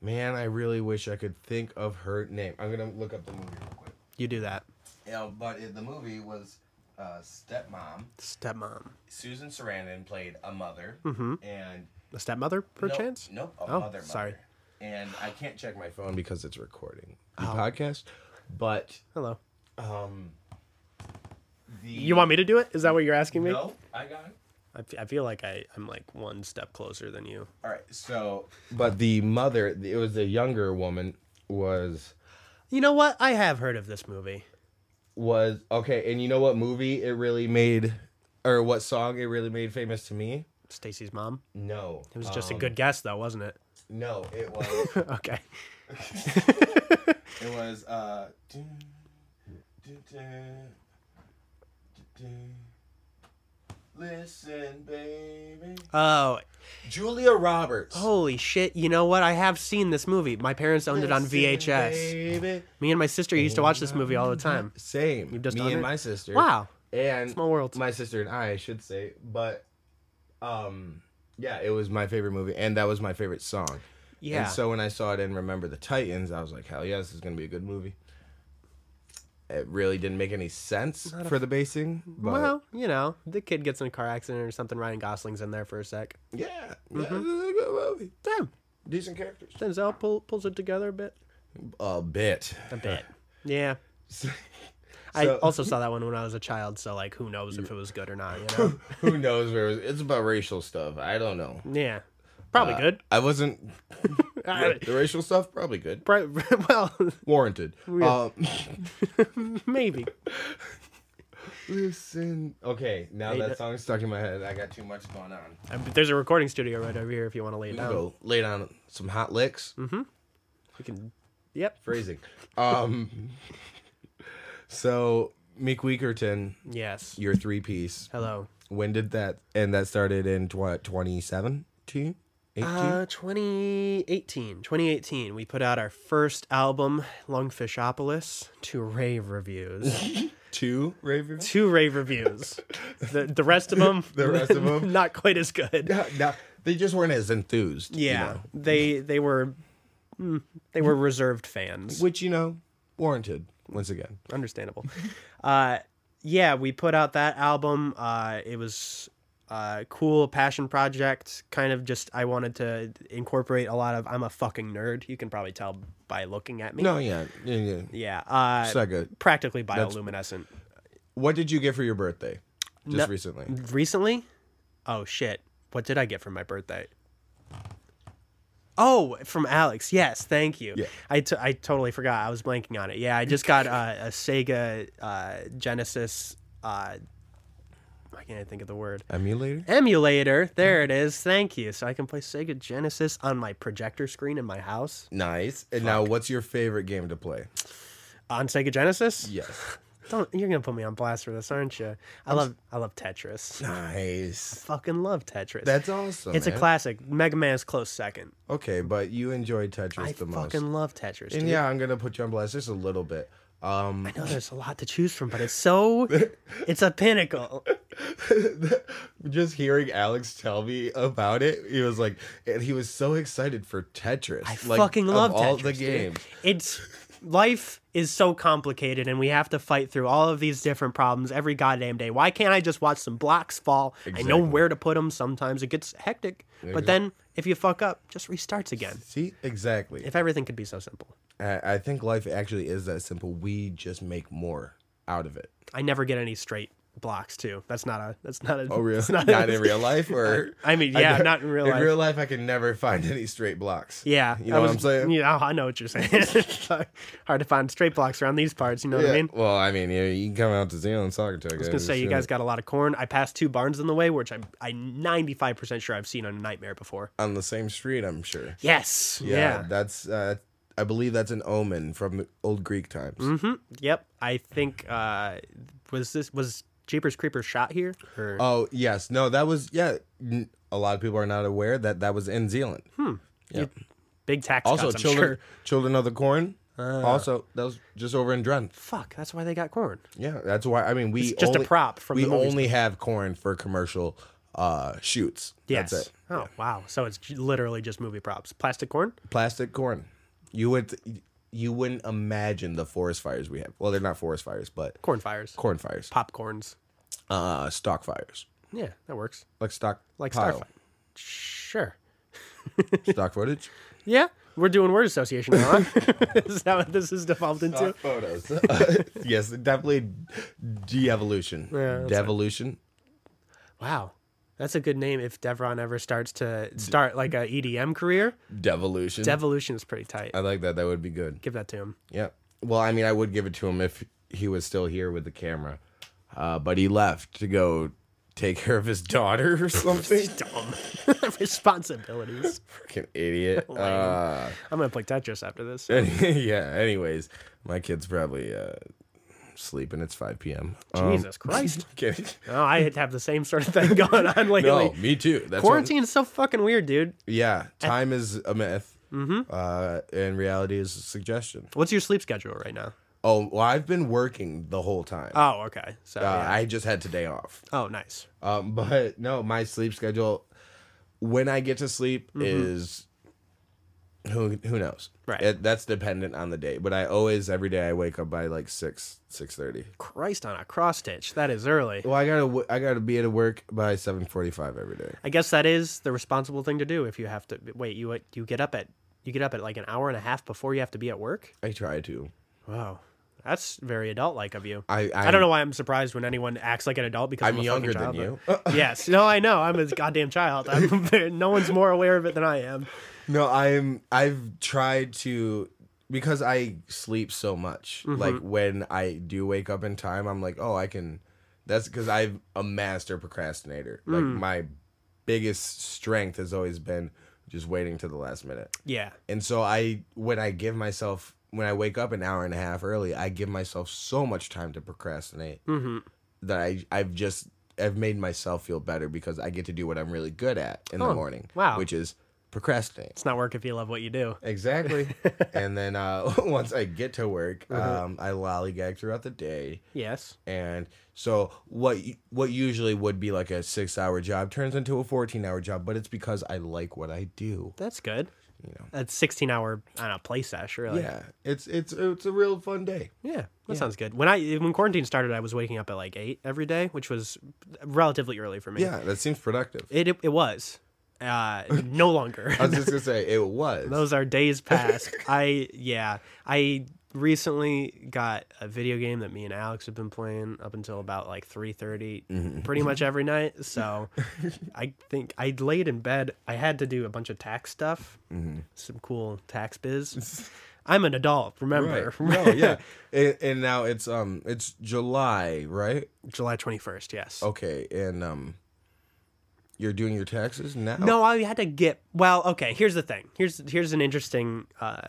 man, I really wish I could think of her name. I'm gonna look up the movie real quick. You do that. Yeah, but it, the movie was uh, Stepmom. Stepmom. Susan Sarandon played a mother, Mm-hmm. and The stepmother, Nope, perchance? Nope. A Oh, mother, sorry. mother. And I can't check my phone because it's recording the Oh. podcast. But Hello. Um, the You want me to do it? Is that what you're asking me? No, I got it. I, f- I feel like I, I'm like one step closer than you. All right. So, but the mother, it was the younger woman, was You know what? I have heard of this movie. was okay. And you know what movie it really made, or what song it really made famous to me? Stacy's mom. No, It Uh, was just a good guess, though, wasn't (laughs) it? no. It was Okay. (laughs) (laughs) it was uh. dun, dun, dun, dun. Listen, baby. Oh, Julia Roberts. holy shit! You know what? I have seen this movie. My parents owned it on VHS. Baby. Me and my sister used to watch this movie all the time. Same. just me done Mm-hmm. and it? my sister. Wow. And Small world. My sister and I, I should say, but um, yeah, it was my favorite movie, and that was my favorite song. Yeah. And so when I saw it in Remember the Titans, I was like, hell yeah, this is gonna be a good movie. It really didn't make any sense for the basing, but well, you know, the kid gets in a car accident or something. Ryan Gosling's in there for a sec. yeah, yeah, it was a good Mm-hmm. movie. Damn. Decent characters. Denzel pull, pulls it together a bit. A bit. A bit. Yeah. I So- also saw that one when I was a child, so like, who knows if it was good or not? You (laughs) know? (laughs) Who knows where it was? It's about racial stuff. I don't know. yeah, Uh, probably good. I wasn't (laughs) I- the racial stuff. Probably good. Pri- (laughs) well, Warranted. Um, maybe. Listen. Okay, now Hey, that that- song's stuck in my head. I got too much going on. Uh, but There's a recording studio right over here if you want to lay it We can down. go lay down some hot licks. We can. Yep. Phrasing. Um. (laughs) So Meek Weakerton, Yes. your three piece. Hello. When did that? And that started in tw- 2017, 18. Uh, 2018. 2018, we put out our first album, Lungfishopolis, to rave (laughs) reviews. Two (laughs) rave reviews. Two rave reviews. The, the rest of them, The rest of (laughs) 'em? not quite as good. No, they just weren't as enthused. you Yeah, know. they they were mm, they were reserved fans. Which you know, warranted. Once again, Understandable. (laughs) uh, yeah, we put out that album. Uh, it was a cool passion project. Kind of just I wanted to incorporate a lot of I'm a fucking nerd. You can probably tell by looking at me. no, yeah, yeah, yeah. Yeah. Uh, It's not good. practically bioluminescent. What did you get for your birthday? Just No- recently. Recently? Oh shit. What did I get for my birthday? Oh, from Alex. Yes, thank you. Yeah. I, t- I totally forgot. I was blanking on it. Yeah, I just got uh, a Sega uh, Genesis. Uh, why can't I think of the word? Emulator. Emulator. There it is. Thank you. So I can play Sega Genesis on my projector screen in my house Nice. And now, what's your favorite game to play? on Sega Genesis. Yes. Don't you're gonna put me on blast for this, aren't you? I love I love Tetris. Nice. Fucking love Tetris. That's awesome. It's a man. classic. Mega Man is close second. Okay, but you enjoy Tetris I the fucking most. love Tetris. And dude. yeah, I'm gonna put you on blast just a little bit. Um, I know there's a lot to choose from, but it's (laughs) so it's a pinnacle. just hearing Alex tell me about it, he was like, and he was so excited for Tetris. I like, fucking of love all Tetris, the dude. games. It's life is so complicated and we have to fight through all of these different problems every goddamn day. Why can't I just watch some blocks fall? I know Exactly. where to put them. Sometimes it gets hectic, but then if you fuck up, just restarts again. See, exactly. If everything could be so simple. I, I think life actually is that simple. We just make more out of it. I never get any straight blocks too. That's not a that's not a (laughs) Oh, really? it's Not, not, a- in real life, or (laughs) I mean, I yeah, ne- not in real life. In real life, I can never find (laughs) any straight blocks. Yeah, you I know what was- I'm saying. Yeah, I know what you're saying. (laughs) It's Hard to find straight blocks around these parts. You know what I Yeah, mean? I Well, I mean, you, you can come out to Zealand and soccer I was gonna say you guys got a lot of corn. I passed two barns in the way, which I'm I 95 percent sure I've seen on a nightmare before. on the same street. I'm sure. Yes. Yeah. that's. Uh, I believe that's an omen from old Greek times. Mm-hmm. Yep. I think uh, was this was Jeepers Creepers shot here? Or Oh yes, no, that was yeah. n- A lot of people are not Hmm. aware that that was in Zealand. big tax Also, cuts, I'm children, sure. children of the corn. Uh. also, that was just over in Dren. Fuck, that's why they got corn. Yeah, that's why. I mean, we It's just a only- prop from we the movies. only have corn for commercial uh, shoots. Yes. That's it. Oh wow! So it's j- literally just movie props, plastic corn. Plastic corn. You would you wouldn't imagine the forest fires we have. Well, they're not forest fires, but corn fires, corn fires, popcorns. uh, stock fires, Yeah, that works. like stock Like pile. Starfire. Sure. (laughs) stock footage, Yeah, we're doing word association now. (laughs) Huh? is that what this has devolved into? photos. (laughs) yes, definitely de-evolution, devolution. Wow, that's a good name. If Devron ever starts to start like a EDM career, Devolution. Devolution is pretty tight. I like that. That would be good. Give that to him. Yeah. Well, I mean, I would give it to him if he was still here with the camera, uh, but he left to go take care of his daughter or (laughs) something. Dumb (laughs) responsibilities. Freaking idiot. Uh, I'm gonna play Tetris after this. any- (laughs) yeah. Anyways, my kid's probably uh, sleeping. It's five p.m. Um, (laughs) Jesus Christ! kidding. Oh, I have the same sort of thing (laughs) going on lately. No, me too. That's what- Quarantine is so fucking weird, dude. yeah, time is a myth. Mm-hmm. Uh, and reality is a suggestion. What's your sleep schedule right now? Oh, well, I've been working the whole time. Uh, Oh, okay. So, yeah. I just had today off. oh, nice. Um, (laughs) but no, my sleep schedule when I get to sleep is who who knows. Mm-hmm. Right. It, that's dependent on the day. But I always every day I wake up by like six six thirty. Christ on a cross stitch. That is early. Well, I gotta w- I gotta be at work by seven forty five every day. I guess that is the responsible thing to do if you have to wait. You you get up at you get up at like an hour and a half before you have to be at work. I try to. Wow, that's very adult like of you. I- I I'm- don't know why I'm surprised when anyone acts like an adult because I'm, I'm a younger fucking than child, you. but- (laughs) yes, no, I know. I'm a goddamn child. I'm, (laughs) no one's more aware of it than I am. No, I'm I've tried to because I sleep so much. Like Mm-hmm. when I do wake up in time, I'm like, "Oh, I can That's cuz I'm a master procrastinator. Like Mm. my biggest strength has always been just waiting to the last minute. Yeah, And so I when I give myself when I wake up an hour and a half early, I give myself so much time to procrastinate Mm-hmm. that I I've just I've made myself feel better because I get to do what I'm really good at in the morning, wow. which is procrastinate. it's not work if you love what you do. Exactly. (laughs) and then uh, (laughs) once I get to work, um, I lollygag throughout the day, (laughs) Yes. and so what y- what usually would be like a six hour job turns into a fourteen hour job, but it's because I like what I do. That's good. You know, that's 16 hour on a play sesh, really. Oh, Yeah, it's it's it's a real fun day. Yeah, that sounds good. When I when quarantine started, I was waking up at like eight every day, which was relatively early for me. Yeah, that seems productive. (laughs) it it, it was. Uh, no longer. I was just gonna say it was. Those are days (laughs) past. I yeah. I recently got a video game that me and Alex have been playing up until about like three Mm-hmm. pretty much every night. So I think I laid in bed. I had to do a bunch of tax stuff, Mm-hmm. some cool tax (laughs) biz. I'm an adult, remember? right. no, yeah, and, and now it's um it's July, right? (laughs) July 21st, yes. Okay, and um, you're doing your taxes now. No, I had to get. Well, okay. Here's the thing. Here's here's an interesting uh,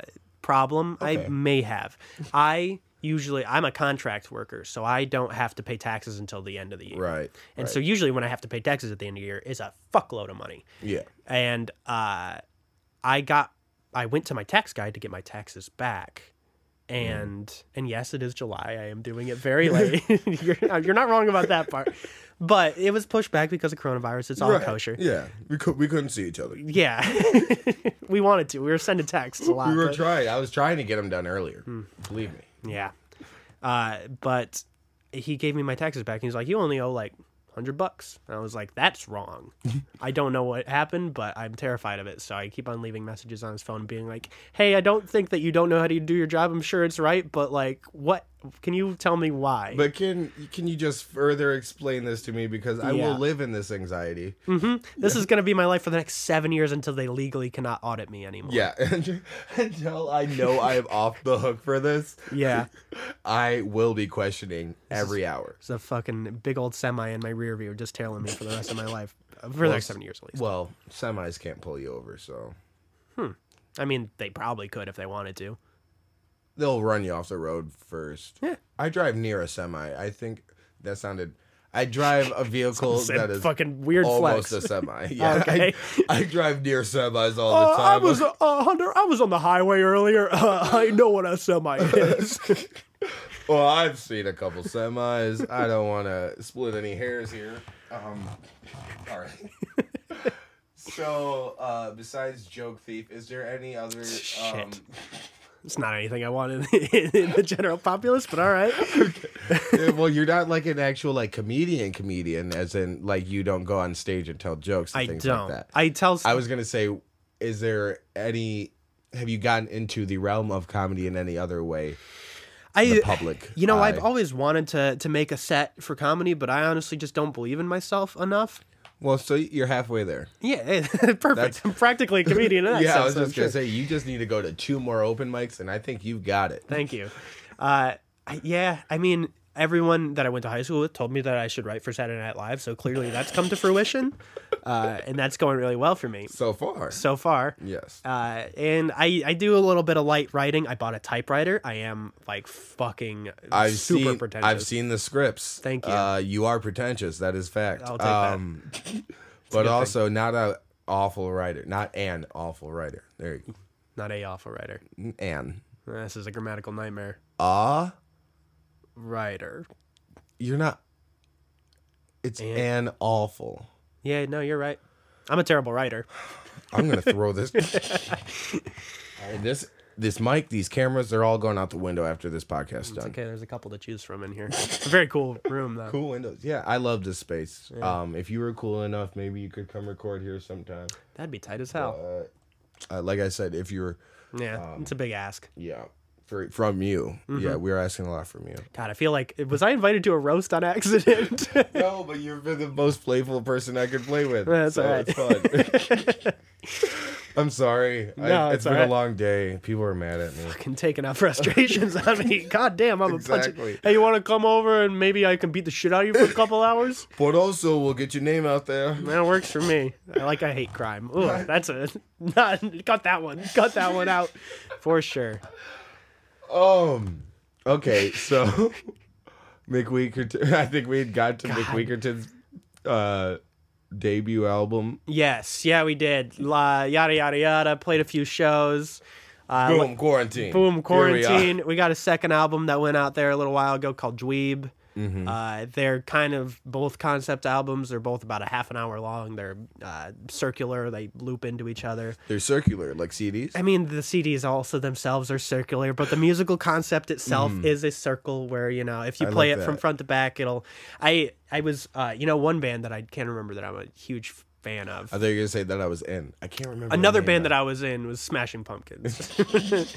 problem I may have. I usually I'm a contract worker, so I don't have to pay taxes until the end of the year. Right. And so usually when I have to pay taxes at the end of the year, it's a fuckload of money. Yeah. And uh, I got I went to my tax guy to get my taxes back. Mm-hmm. And and yes, it is July. I am doing it (laughs) very late. (laughs) you're, you're not wrong about that part. But it was pushed back because of coronavirus. It's all Right. kosher. Yeah, we could we couldn't see each other. Yeah, (laughs) we wanted to. We were sending texts a lot. We were but- trying. I was trying to get them done earlier. Believe me. Hmm. yeah, uh, but he gave me my taxes back. And he's like, "You only owe like hundred bucks." And I was like, "That's (laughs) wrong." I don't know what happened, but I'm terrified of it. So I keep on leaving messages on his phone, being like, "Hey, I don't think that you don't know how to do your job. I'm sure it's right, but like, what? Can you tell me why?" But can can you just further explain this to me because I Yeah. Hmm. will live in this anxiety. this is gonna be my life for the next seven years until they legally cannot audit me anymore. Yeah, (laughs) until I know I'm off the hook for this, (laughs) Yeah. I will be questioning every hour. It's a fucking big old semi in my rear view, just tailing me for the rest of my life, for the next seven years at least. Well, semis can't pull you over, so I mean, they probably could if they wanted to. they'll run you off the road first. Yeah. I drive near a semi. I think that sounded I drive a vehicle that is fucking weird almost flex. a semi. (laughs) Yeah, Okay. I, I drive near semis all Uh, the time. I was uh, Hunter. I was on the highway earlier. (laughs) Uh, I know what a semi (laughs) is. well, I've seen a couple semis. I don't want to split any hairs here. Um, all right. (laughs) So, uh, besides joke thief, is there any other? Um, Shit. (laughs) it's not anything I wanted in, (laughs) in the general populace, but all (laughs) right. Yeah, Eh, well, you're not like an actual like comedian comedian, as in like you don't go on stage and tell jokes and I things don't. like that. I tell. s- I was gonna say, is there any? Have you gotten into the realm of comedy in any other way? I, uh, the public You know, I've eye. always wanted to to make a set for comedy, but I honestly just don't believe in myself enough. Well, so you're halfway there. Yeah, (laughs) eh, perfect. That's- I'm practically a comedian. In that (laughs) yeah, I sense, was I'm just sure. gonna say you just need to go to two more open mics, and I think you've got it. Thank you. Uh, I, yeah, I mean, everyone that I went to high school with told me that I should write for Saturday Night Live, so clearly that's come to fruition, uh, and that's going really well for me So far, so far. yes. Uh, and I, I do a little bit of light writing. I bought a typewriter. I am like fucking I've super seen. pretentious. I've seen the scripts. Thank you. Uh, you are pretentious. That is fact. I'll take that. (laughs) um, But also not a awful writer. Not an awful writer. There you Not a awful writer. go. An. This is a grammatical nightmare. Ah. Writer. You're not. It's an, awful. Yeah, no, you're right. I'm a terrible writer. I'm gonna (laughs) throw this. and this this mic, these cameras, they're all going out the window after this podcast's done. Okay, there's a couple to choose from in here. It's a very cool room though. Cool windows. Yeah, I love this space. Um, if you were cool enough, maybe you could come record here sometime. That'd be tight as hell. Uh, like I said, if you were, yeah, it's a big ask. yeah, for, from you. Yeah, we are asking a lot from you. God, I feel like was I invited to a roast on accident? (laughs) no, but you're the most playful person I could play with. That's all right. It's fun. (laughs) I'm sorry. No, I, it's it's been all right. a long day. People are mad at me. Fucking taking out frustrations on me. God damn, I'm a bunch Exactly. of. Hey, you want to come over and maybe I can beat the shit out of you for a couple hours? But also, we'll get your name out there. That works for me. I like I hate crime. Ooh, that's a (laughs) not cut that one. Cut that one out for sure. Um. Okay, so (laughs) McWeakerton. I think we had got to McWeakerton's uh, debut album. Yes, yeah, we did. La yada yada yada. Played a few shows. Uh, Boom, quarantine. Boom, Here we are. quarantine. We, got a second album that went out there a little while ago called Dweeb. Mm-hmm. Uh, they're kind of both concept albums. They're both about a half an hour long. They're uh, circular. They loop into each other. They're circular, like CDs. I mean, the CDs also themselves are circular, but the musical concept itself is a circle where you know if you play it Mm. like from that. front to back, it'll. I I was uh, you know one band that I can't remember that I'm a huge fan of. I thought you were gonna say that I was in. I can't remember. Another band that I was in was Smashing Pumpkins, (laughs)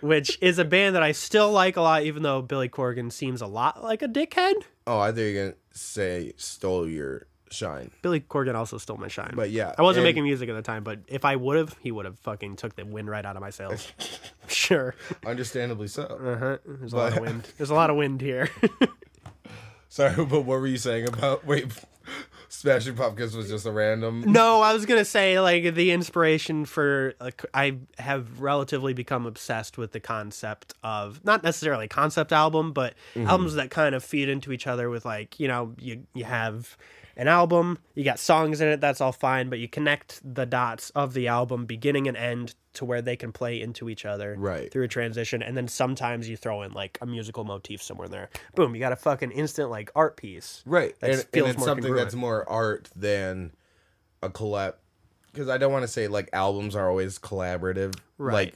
which is a band that I still like a lot, even though Billy Corgan seems a lot like a dickhead. Oh, I thought you were gonna say stole your shine. Billy Corgan also stole my shine. But yeah, I wasn't and- making music at the time, but if I would have, he would have fucking took the wind right out of my (laughs) sails. sure. Understandably so. Uh-huh. There's a lot of wind. There's a lot of wind here. (laughs) Sorry, (laughs) but what were you saying about? Wait, (laughs) Smashing Pumpkins was just a (laughs) random. no, I was gonna say like the inspiration for like, I have relatively become obsessed with the concept of not necessarily concept album, but Mm-hmm. albums that kind of feed into each other with like you know you you have an album, you got songs in it, that's all fine, but you connect the dots of the album beginning and end to where they can play into each other Right. through a transition and then sometimes you throw in like a musical motif somewhere in there boom you got a fucking instant like art piece Right, that and, and feels it's more something congruent. that's more art than a collab. Because I don't want to say like albums are always collaborative, Right. Like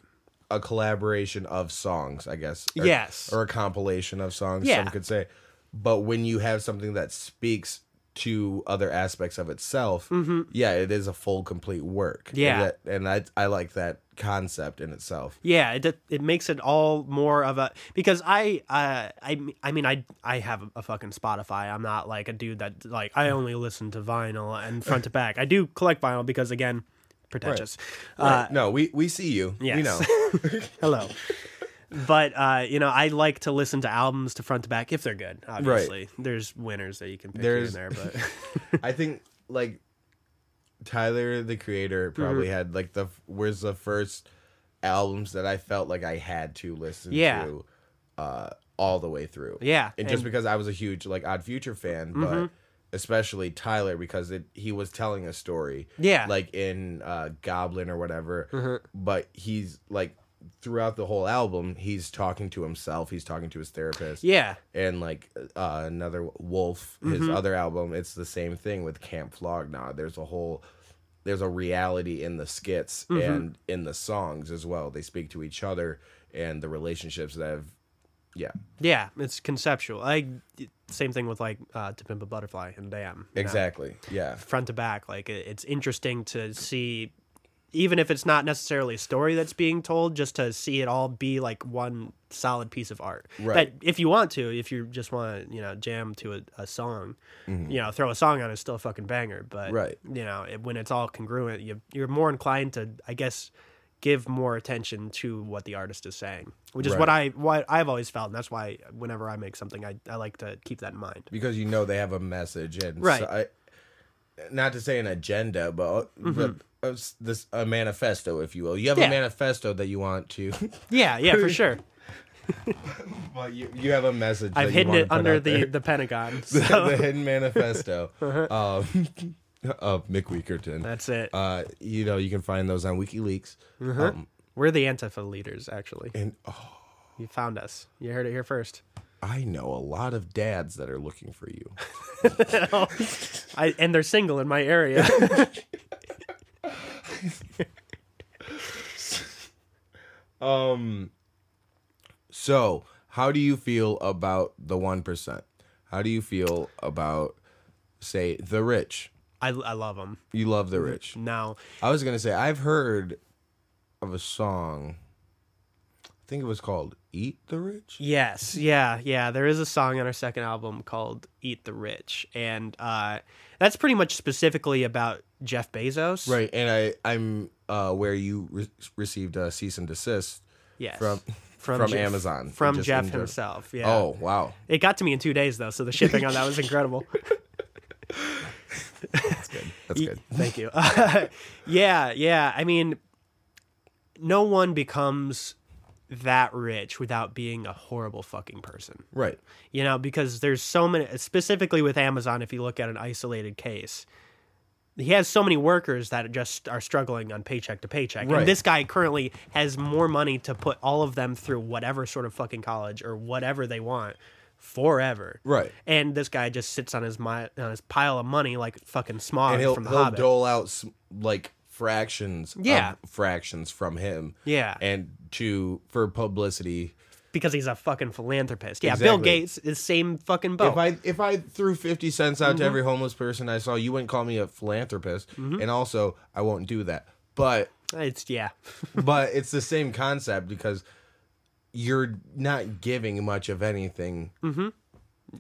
a collaboration of songs, I guess. or- Yes. or a compilation of songs. Yeah. some could say. But when you have something that speaks to other aspects of itself, yeah, it is a full, complete work. And Mm-hmm. Yeah. that- and I I like that concept in itself. Yeah, it it makes it all more of a because I uh, I m- I mean I I have a fucking Spotify. I'm not like a dude that like I only listen to vinyl and front to back. I do collect vinyl because again, pretentious. Uh, no, we we see you. yes. (laughs) We know. Hello. (laughs) But uh, you know, I like to listen to albums to front to back if they're good. Obviously, there's winners that you can pick There's- here and (laughs) there, but (laughs) I think like Tyler the Creator probably Mm-hmm. had like the where's the first albums that I felt like I had to listen Yeah. to uh all the way through. Yeah, and, and- just Mm-hmm. because I was a huge like Odd Future fan, but especially Tyler because it he was telling a story. Yeah. Mm-hmm. like in uh, Goblin or whatever. But he's like throughout the whole album, he's talking to himself. He's talking to his therapist. Yeah. And like uh, another Wolf, his Mm-hmm. other album, it's the same thing with Camp Flogna. There's a whole there's a reality in the skits Mm-hmm. and in the songs as well. They speak to each other and the relationships that have yeah. Yeah, it's conceptual. I same thing with like uh, To Pimp a Butterfly and Damn. you know, Exactly. Yeah. front to back, like it, it's interesting to see, even if it's not necessarily a story that's being told, just to see it all be like one solid piece of art. Right. That if you want to, if you just want to, you know, jam to a, a song, you know, throw a song on, it's still a fucking banger. But Mm-hmm. Right. you know, it, when it's all congruent, you you're more inclined to, I guess. Give more attention to what the artist is saying, which is what I what I've always felt, and that's why whenever I make something, I, I like to keep that in mind. (laughs) Because you know they have a message and so- Right. I, not to say an agenda, but, but uh, s- this a manifesto, if you will. You have Mm-hmm. Yeah. a manifesto that you want to, (laughs) Yeah, yeah, for sure. but you, you have a message. I've that you hidden wanna it put under out there. the, the (laughs) Pentagon. the (laughs) So (laughs) hidden manifesto um, (laughs) of Mick Weakerton. that's it. Mm-hmm. Uh, you know, you can find those on WikiLeaks. Um, We're the Antifa leaders, actually. and oh, You found us. You heard it here first. I know a lot of dads that are looking for you. I and they're single in my (laughs) area. So, how do you feel about the one percent? How do you feel about, say, the rich? I, I love them. You love the rich. No, I was gonna say I've heard of a song. I think it was called "Eat the Rich." Yes, yeah, yeah. There is a song on our second album called "Eat the Rich," and uh, that's pretty much specifically about Jeff Bezos. Right, and I I'm uh, where you re- received a cease and desist. Yes. From- from Amazon, From just Jeff in general. himself. (laughs) Yeah. Oh wow, It got to me in two days though, so the shipping on that (laughs) was incredible. E that's good. Thank you. (laughs) yeah, yeah. I mean, no one becomes that rich without being a horrible fucking person. Right, You know, because there's so many, specifically with Amazon, if you look at an isolated case, he has so many workers that just are struggling on paycheck to paycheck. Right. And this guy currently has more money to put all of them through whatever sort of fucking college or whatever they want forever. Right. And this guy just sits on his, mi- on his pile of money like fucking smog and he'll from the he'll Hobbit. dole out s- like fractions. of Yeah. fractions from him. Yeah. and to for publicity. because he's a fucking philanthropist. Yeah, Bill Exactly. Gates is same fucking boat. If I if I threw fifty cents Mm-hmm. out to every homeless person I saw, you wouldn't call me a philanthropist. And also, I won't do that. But it's yeah, but it's the same concept because you're not giving much of anything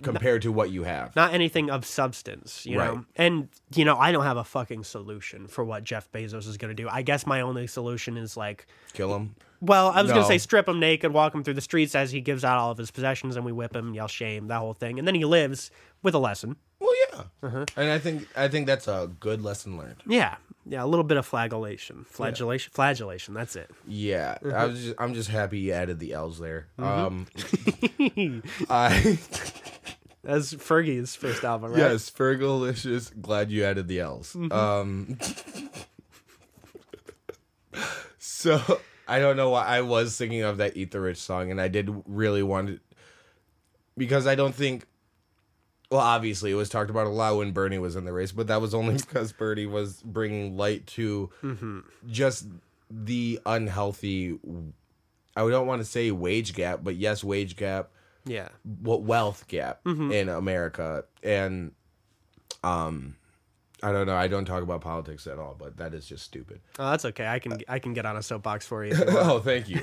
compared to what you have. not anything of substance, you Right. know. And you know, I don't have a fucking solution for what Jeff Bezos is going to do. I guess my only solution is like, Kill him. well, I was going to No. say strip him naked, walk him through the streets as he gives out all of his possessions, and we whip him, yell shame, that whole thing, and then he lives with a lesson. Well, yeah. And I think I think that's a good lesson learned. Yeah, yeah, a little bit of flagellation, flagellation, flagellation. That's it. Yeah, I was just, I'm just happy you added the L's there. Um, I That's Fergie's first album, right? yes, Fergalicious. Glad you added the L's. Um, so I don't know why I was thinking of that "Eat the Rich" song, and I did really want it because I don't think. Well, obviously, it was talked about a lot when Bernie was in the race, but that was only (laughs) because Bernie was bringing light to just the unhealthy. I don't want to say wage gap, but yes, wage gap Yeah. what wealth gap in America and um I don't know. I don't talk about politics at all, but that is just stupid. Oh, that's okay. I can I can get on a soapbox for you. if you want. oh, thank you.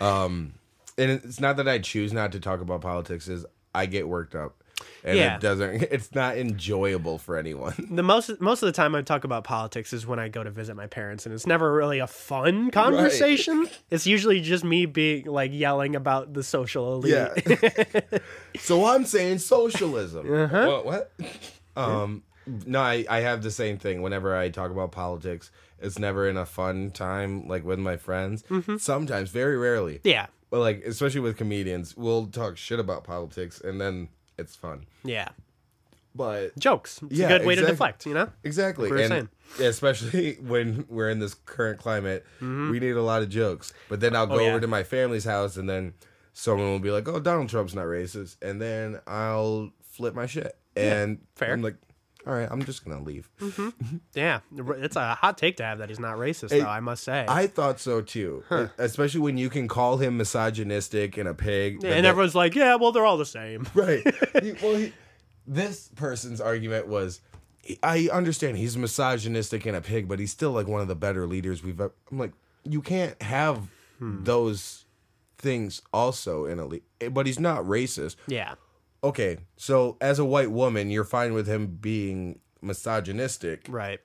um and it's not that I choose not to talk about politics is I get worked up and Yeah. it doesn't (laughs) it's not enjoyable for anyone. the most most of the time I talk about politics is when I go to visit my parents, and it's never really a fun conversation. It's usually just me being like yelling about the social elite. (laughs) so I'm saying socialism. What, what? (laughs) Um no, I, I have the same thing whenever I talk about politics. It's never in a fun time, like with my friends. Sometimes, very rarely. yeah. but like especially with comedians, we'll talk shit about politics and then it's fun. Yeah. But Jokes. It's a Yeah, good way to exact- deflect, you know? exactly, We're and especially (laughs) when we're in this current climate, we need a lot of jokes. But then I'll go Mm-hmm. Oh, yeah. over to my family's house and then someone will be like, "Oh, Donald Trump's not racist," and then I'll flip my shit and fair. Mm-hmm. I'm like, "All right, I'm just gonna leave." Yeah. It's a hot take to have that he's not racist, though, I must say. I thought so too, especially when you can call him misogynistic and a pig. Yeah, but and then- everyone's like, yeah, well, they're all the same. (laughs) right. He- well, he, this person's argument was, he- I understand he's misogynistic and a pig, but he's still like one of the better leaders we've. ever-" I'm like, you can't have Hmm. those things also in a leader. But he's not racist. Yeah. Okay, so as a white woman, you're fine with him being misogynistic, Right.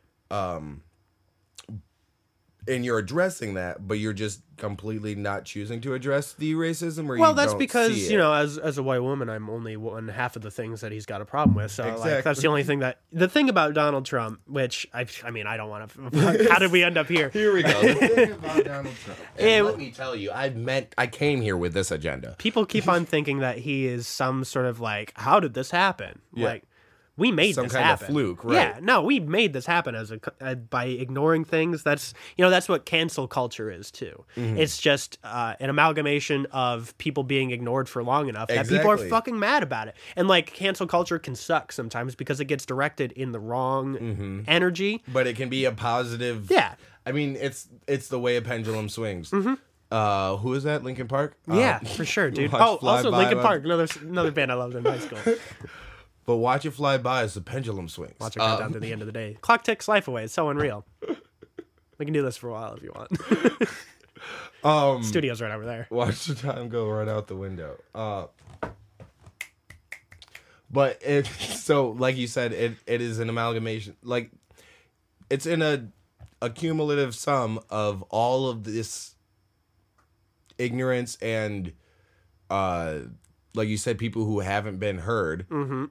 and you're addressing that, but you're just completely not choosing to address the racism. Or Well, you that's don't see because it. you know, as as a white woman, I'm only one half of the things that he's got a problem with. So like, that's the Exactly. only thing that the thing about Donald Trump, which I I mean, I don't (laughs) want to. How did we end up here? Here we go. Yeah, And w- let me tell you, I meant I came here with this agenda. People keep on thinking that he is some sort of like, how did this happen? Like, we made Some this kind of happen. fluke, right. Yeah, no, we made this happen as a co- uh, by ignoring things. That's you know, that's what cancel culture is too. Mm-hmm. It's just uh, an amalgamation of people being ignored for long enough that people are Exactly. fucking mad about it. And like, cancel culture can suck sometimes because it gets directed in the wrong Mm-hmm. energy. but it can be a positive. Yeah. Mm-hmm. I mean, it's it's the way a pendulum swings. Uh, who is that? Lincoln Park. Yeah, Uh, for (laughs) sure, dude. watch Oh, Fly also By Lincoln by- Park, another another band I loved in high school. But watch it fly by as the pendulum swings. Uh, Watch it count down to the end of the day. Clock ticks life away. It's so unreal. (laughs) we can do this for a while if you want. um, Studio's right over there. (laughs) watch the time go right out the window. Uh, but it (laughs) so like you said, it it is an amalgamation. Like it's in a a cumulative sum of all of this ignorance and uh like you said people who haven't been heard mm-hmm.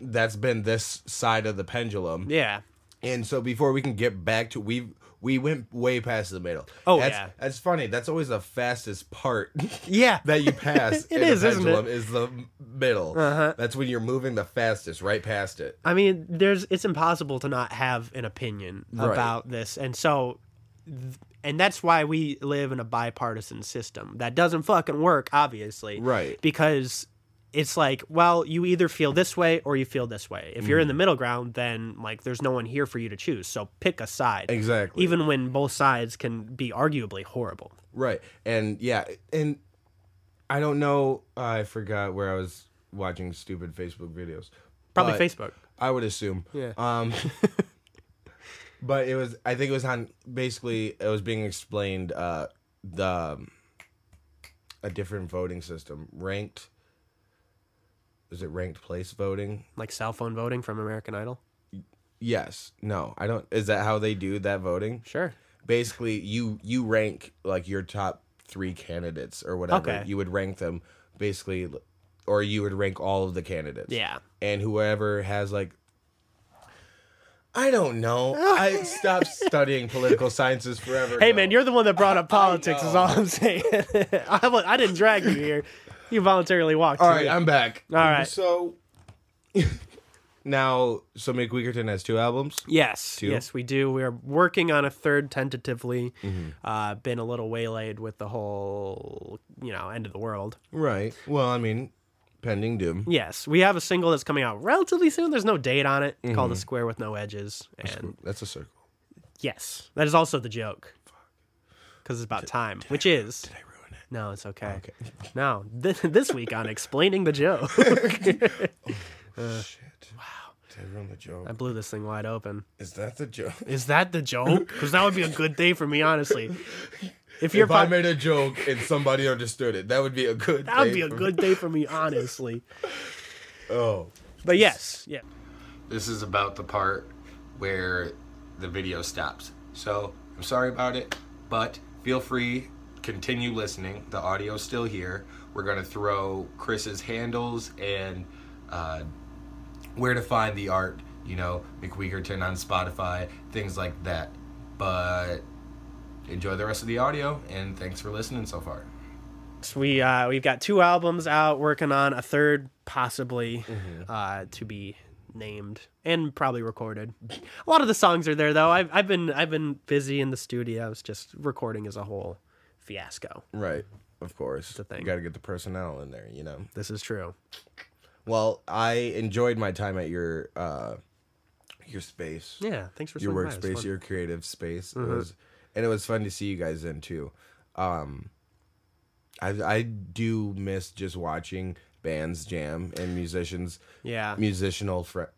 that's been this side of the pendulum Yeah. and so before we can get back to we we went way past the middle. Oh, that's, yeah. that's funny. That's always the fastest part (laughs) Yeah. that you pass. (laughs) It in a is, isn't it? Uh-huh. pendulum Is the middle. That's when you're moving the fastest, right past it. I mean, there's it's impossible to not have an opinion Right. about this. And so th- and that's why we live in a bipartisan system. That doesn't fucking work, obviously. Right. Because it's like, well, you either feel this way or you feel this way. If you're in the middle ground, then like there's no one here for you to choose. So pick a side. Exactly. Even when both sides can be arguably horrible. Right. And yeah, and I don't know. I forgot where I was watching stupid Facebook videos. Probably But- Facebook. I would assume. Yeah. (laughs) Um, but it was. I think it was on. Basically, it was being explained. Uh, the um, a different voting system, ranked. Is it ranked place voting? Like cell phone voting from American Idol. Yes. No. I don't. Is that how they do that voting? Sure. Basically, you you rank like your top three candidates or whatever. Okay. You would rank them basically, or you would rank all of the candidates Yeah. and whoever has like I don't know. I stopped studying political sciences forever. Hey ago. man, you're the one that (laughs) brought up politics. Is all I'm saying. (laughs) I, wa- I didn't drag you here. You voluntarily walked. all to right. me. I'm back. All right. So (laughs) now, so Mick Wickerton has two albums. Yes, yes, we do. We are working on a third tentatively. Mm-hmm. Uh, been a little waylaid with the whole, you know, end of the world. Right. Well, I mean, pending doom. Yes, we have a single that's coming out relatively soon. There's no date on it. Called "A Square with No Edges," and Mm-hmm. That's a circle. yes, that is also the joke. Because it's about time, which is. Did I ruin it? No, it's okay. (laughs) No, th- this week on explaining the joke. (laughs) Shit. Wow. Did I ruin the joke? I blew this thing wide open. Is that the joke? Is that the joke? Because that would be a good day for me, honestly. If you're If I pod- made a joke and somebody understood it, that would be a good. that would day be a for- good day for me, honestly. (laughs) Oh. But yes, yeah, this is about the part where the video stops. So I'm sorry about it, but feel free, continue listening. The audio's still here. We're gonna throw Chris's handles and uh, where to find the art. You know, McWeegerton on Spotify, things like that. But enjoy the rest of the audio, and thanks for listening so far. So we uh, we've got two albums out, working on a third possibly uh, to be named and probably recorded. A lot of the songs are there though. I've I've been I've been busy in the studio. It's just recording as a whole fiasco. Right. Of course. a thing. You got to get the personnel in there, you know. This is true. Well, I enjoyed my time at your uh your space. Yeah, thanks for your swinging by. It was workspace, fun. Mm-hmm. your creative space. It was, and it was fun to see you guys in too. Um, I I do miss just watching bands jam and musicians, Yeah. musical friend,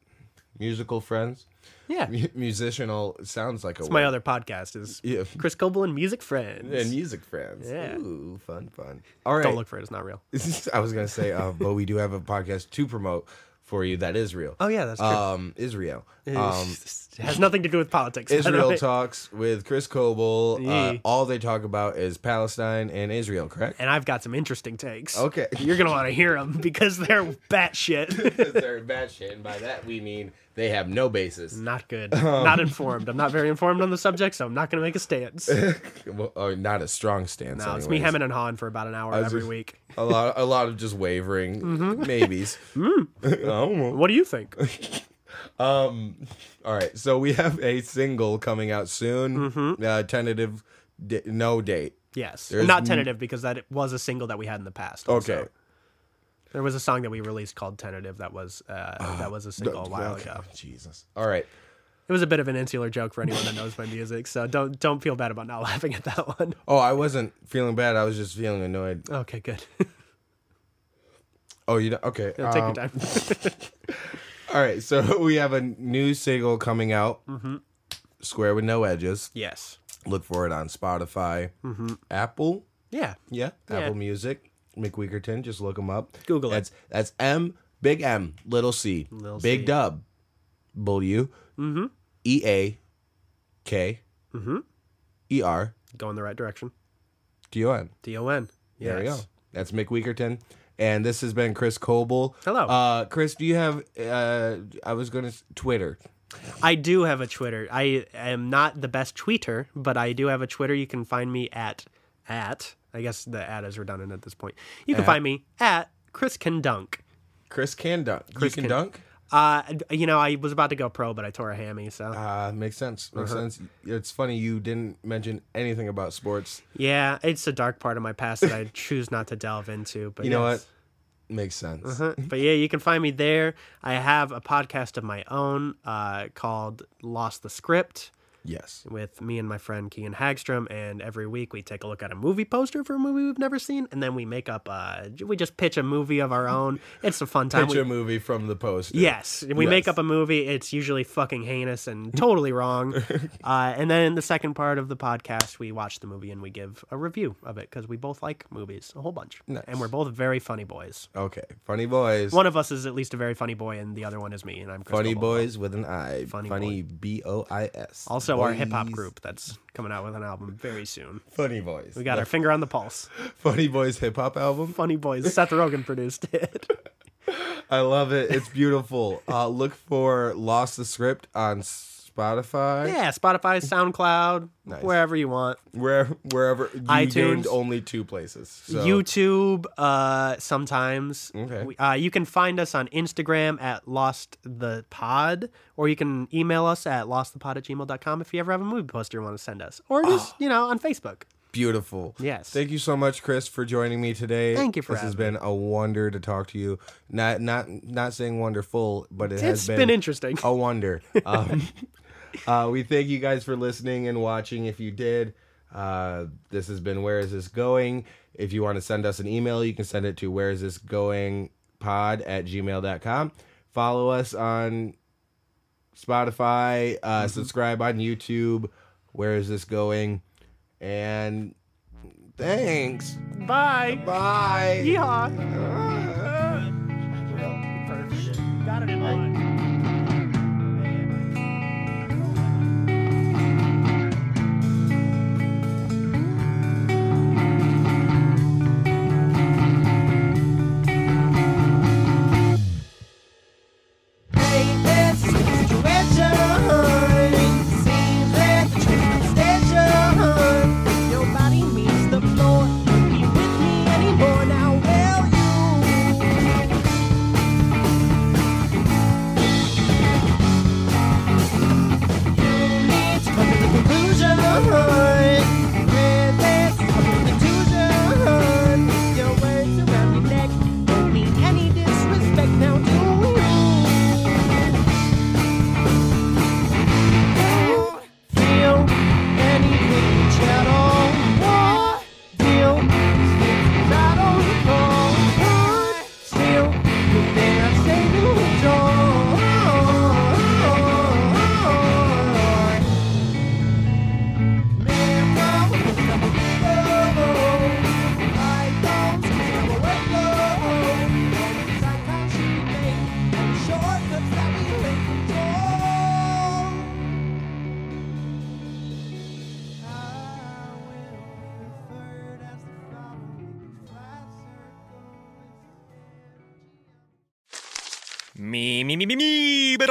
musical friends, Yeah. Mu- musical sounds like a It's my other podcast is (laughs) Yeah. Chris Coble and Music Friends. and music friends. Yeah. Ooh, fun, fun. All right. Don't look for it; it's not real. (laughs) I was gonna say, uh, but we do have a podcast to promote for you that is real. Oh yeah, that's true. Um, Israel. (laughs) Um, it has nothing to do with politics. by the Israel way. talks with Chris Coble. Uh, Yeah. all they talk about is Palestine and Israel, correct? (laughs) And I've got some interesting takes. (laughs) Okay. You're going to want to hear them because they're batshit. Because they're batshit, and by that we mean they have no (laughs) basis. not good. Um, Not informed. I'm not very informed on the subject, so I'm not going to make a (laughs) stance. No, Well, or uh, not a strong stance. it's me anyways. hemming and hawing for about an hour was every just- week. a lot, a lot of (laughs) just wavering Mm-hmm. (laughs) maybes. I don't know. What do you (laughs) think? All right, so we have a single coming out soon. Mm-hmm. Uh, tentative, da- no date. Yes. There's not m- tentative because that was a single that we had in the past. also. Okay. There was a song that we released called Tentative that was uh, Ah, that was a single a while Oh, Okay. ago. Jesus. All right. It was a bit of an insular joke for anyone that knows my music, so don't don't feel bad about not (laughs) laughing at that one. Oh, I wasn't feeling bad. I was just feeling annoyed. Okay, good. Oh, you don't, okay. Take your um, time. (laughs) All right, so (laughs) we have a new single coming out, Mm-hmm. "Square with No Edges." yes. Look for it on Spotify, Apple, Yeah. yeah, Mm-hmm. Yeah. Apple Music. Mick Weakerton, just look him up. Google it. that's, That's M, big M, little C, big C. Mm-hmm. Dub, bull U, E A, K, E R, Go in the right direction. D O N. D O N. There we go. That's Mick Weakerton. And this has been Chris Coble. Hello. Uh, Chris, do you have, uh, I was going to, Twitter. I do have a Twitter. I am not the best tweeter, but I do have a Twitter. You can find me at at I guess the at is redundant at this point. You can find me at Chris Can Dunk. Chris can dunk. Chris can, can- dunk. Uh, you know, I was about to go pro, but I tore a hammy, so Uh, makes sense. Makes Uh-huh. sense. It's funny you didn't mention anything about sports. yeah, it's a dark part of my past (laughs) that I choose not to delve into. But You know yes. what? Makes sense. Uh-huh. (laughs) But yeah, you can find me there. I have a podcast of my own uh, called Lost the Script. Yes. with me and my friend Kean Hagstrom, and every week we take a look at a movie poster for a movie we've never seen, and then we make up a we just pitch a movie of our own. It's a fun (laughs) time. Picture We- a movie from the poster. Yes, we Yes. make up a movie. It's usually fucking heinous and totally (laughs) wrong. uh, and then in the second part of the podcast, we watch the movie and we give a review of it because we both like movies a whole bunch, Nice. and we're both very funny boys. Okay. Funny boys. One of us is at least a very funny boy, and the other one is me, and I'm Chris funny Coble. boys with an I. Funny funny B O I S. Also, our hip hop Boys. group that's coming out with an album very soon. Funny boys. We got our finger on the pulse. funny boys hip hop album. Funny Boys. Seth Rogen produced it. I love it. It's beautiful. uh, look for Lost the Script on (laughs) Spotify. yeah, Spotify, SoundCloud, Nice. wherever you want. Where wherever you iTunes. named only two places. So YouTube, uh, sometimes. Okay. We- Uh, you can find us on Instagram at Lost the Pod, or you can email us at lostthepod at gmail.com if you ever have a movie poster you want to send us. Or (gasps) just, you know, on Facebook. beautiful. Yes. Thank you so much, Chris, for joining me today. Thank you for This has having been a wonder to talk to you. Not not not saying wonderful, but it has It's been interesting. a wonder. Um, uh, we thank you guys for listening and watching. If you did, uh, this has been Where Is This Going? If you want to send us an email, you can send it to Where Is This Going Pod at gmail.com. Follow us on Spotify, uh, subscribe on YouTube. Where Is This Going? And thanks. Bye. Bye. Yeehaw. (laughs) Ah. Perfect. Got it in line. Nobody meets the floor. Be with me anymore. Me, me, me, me, me, but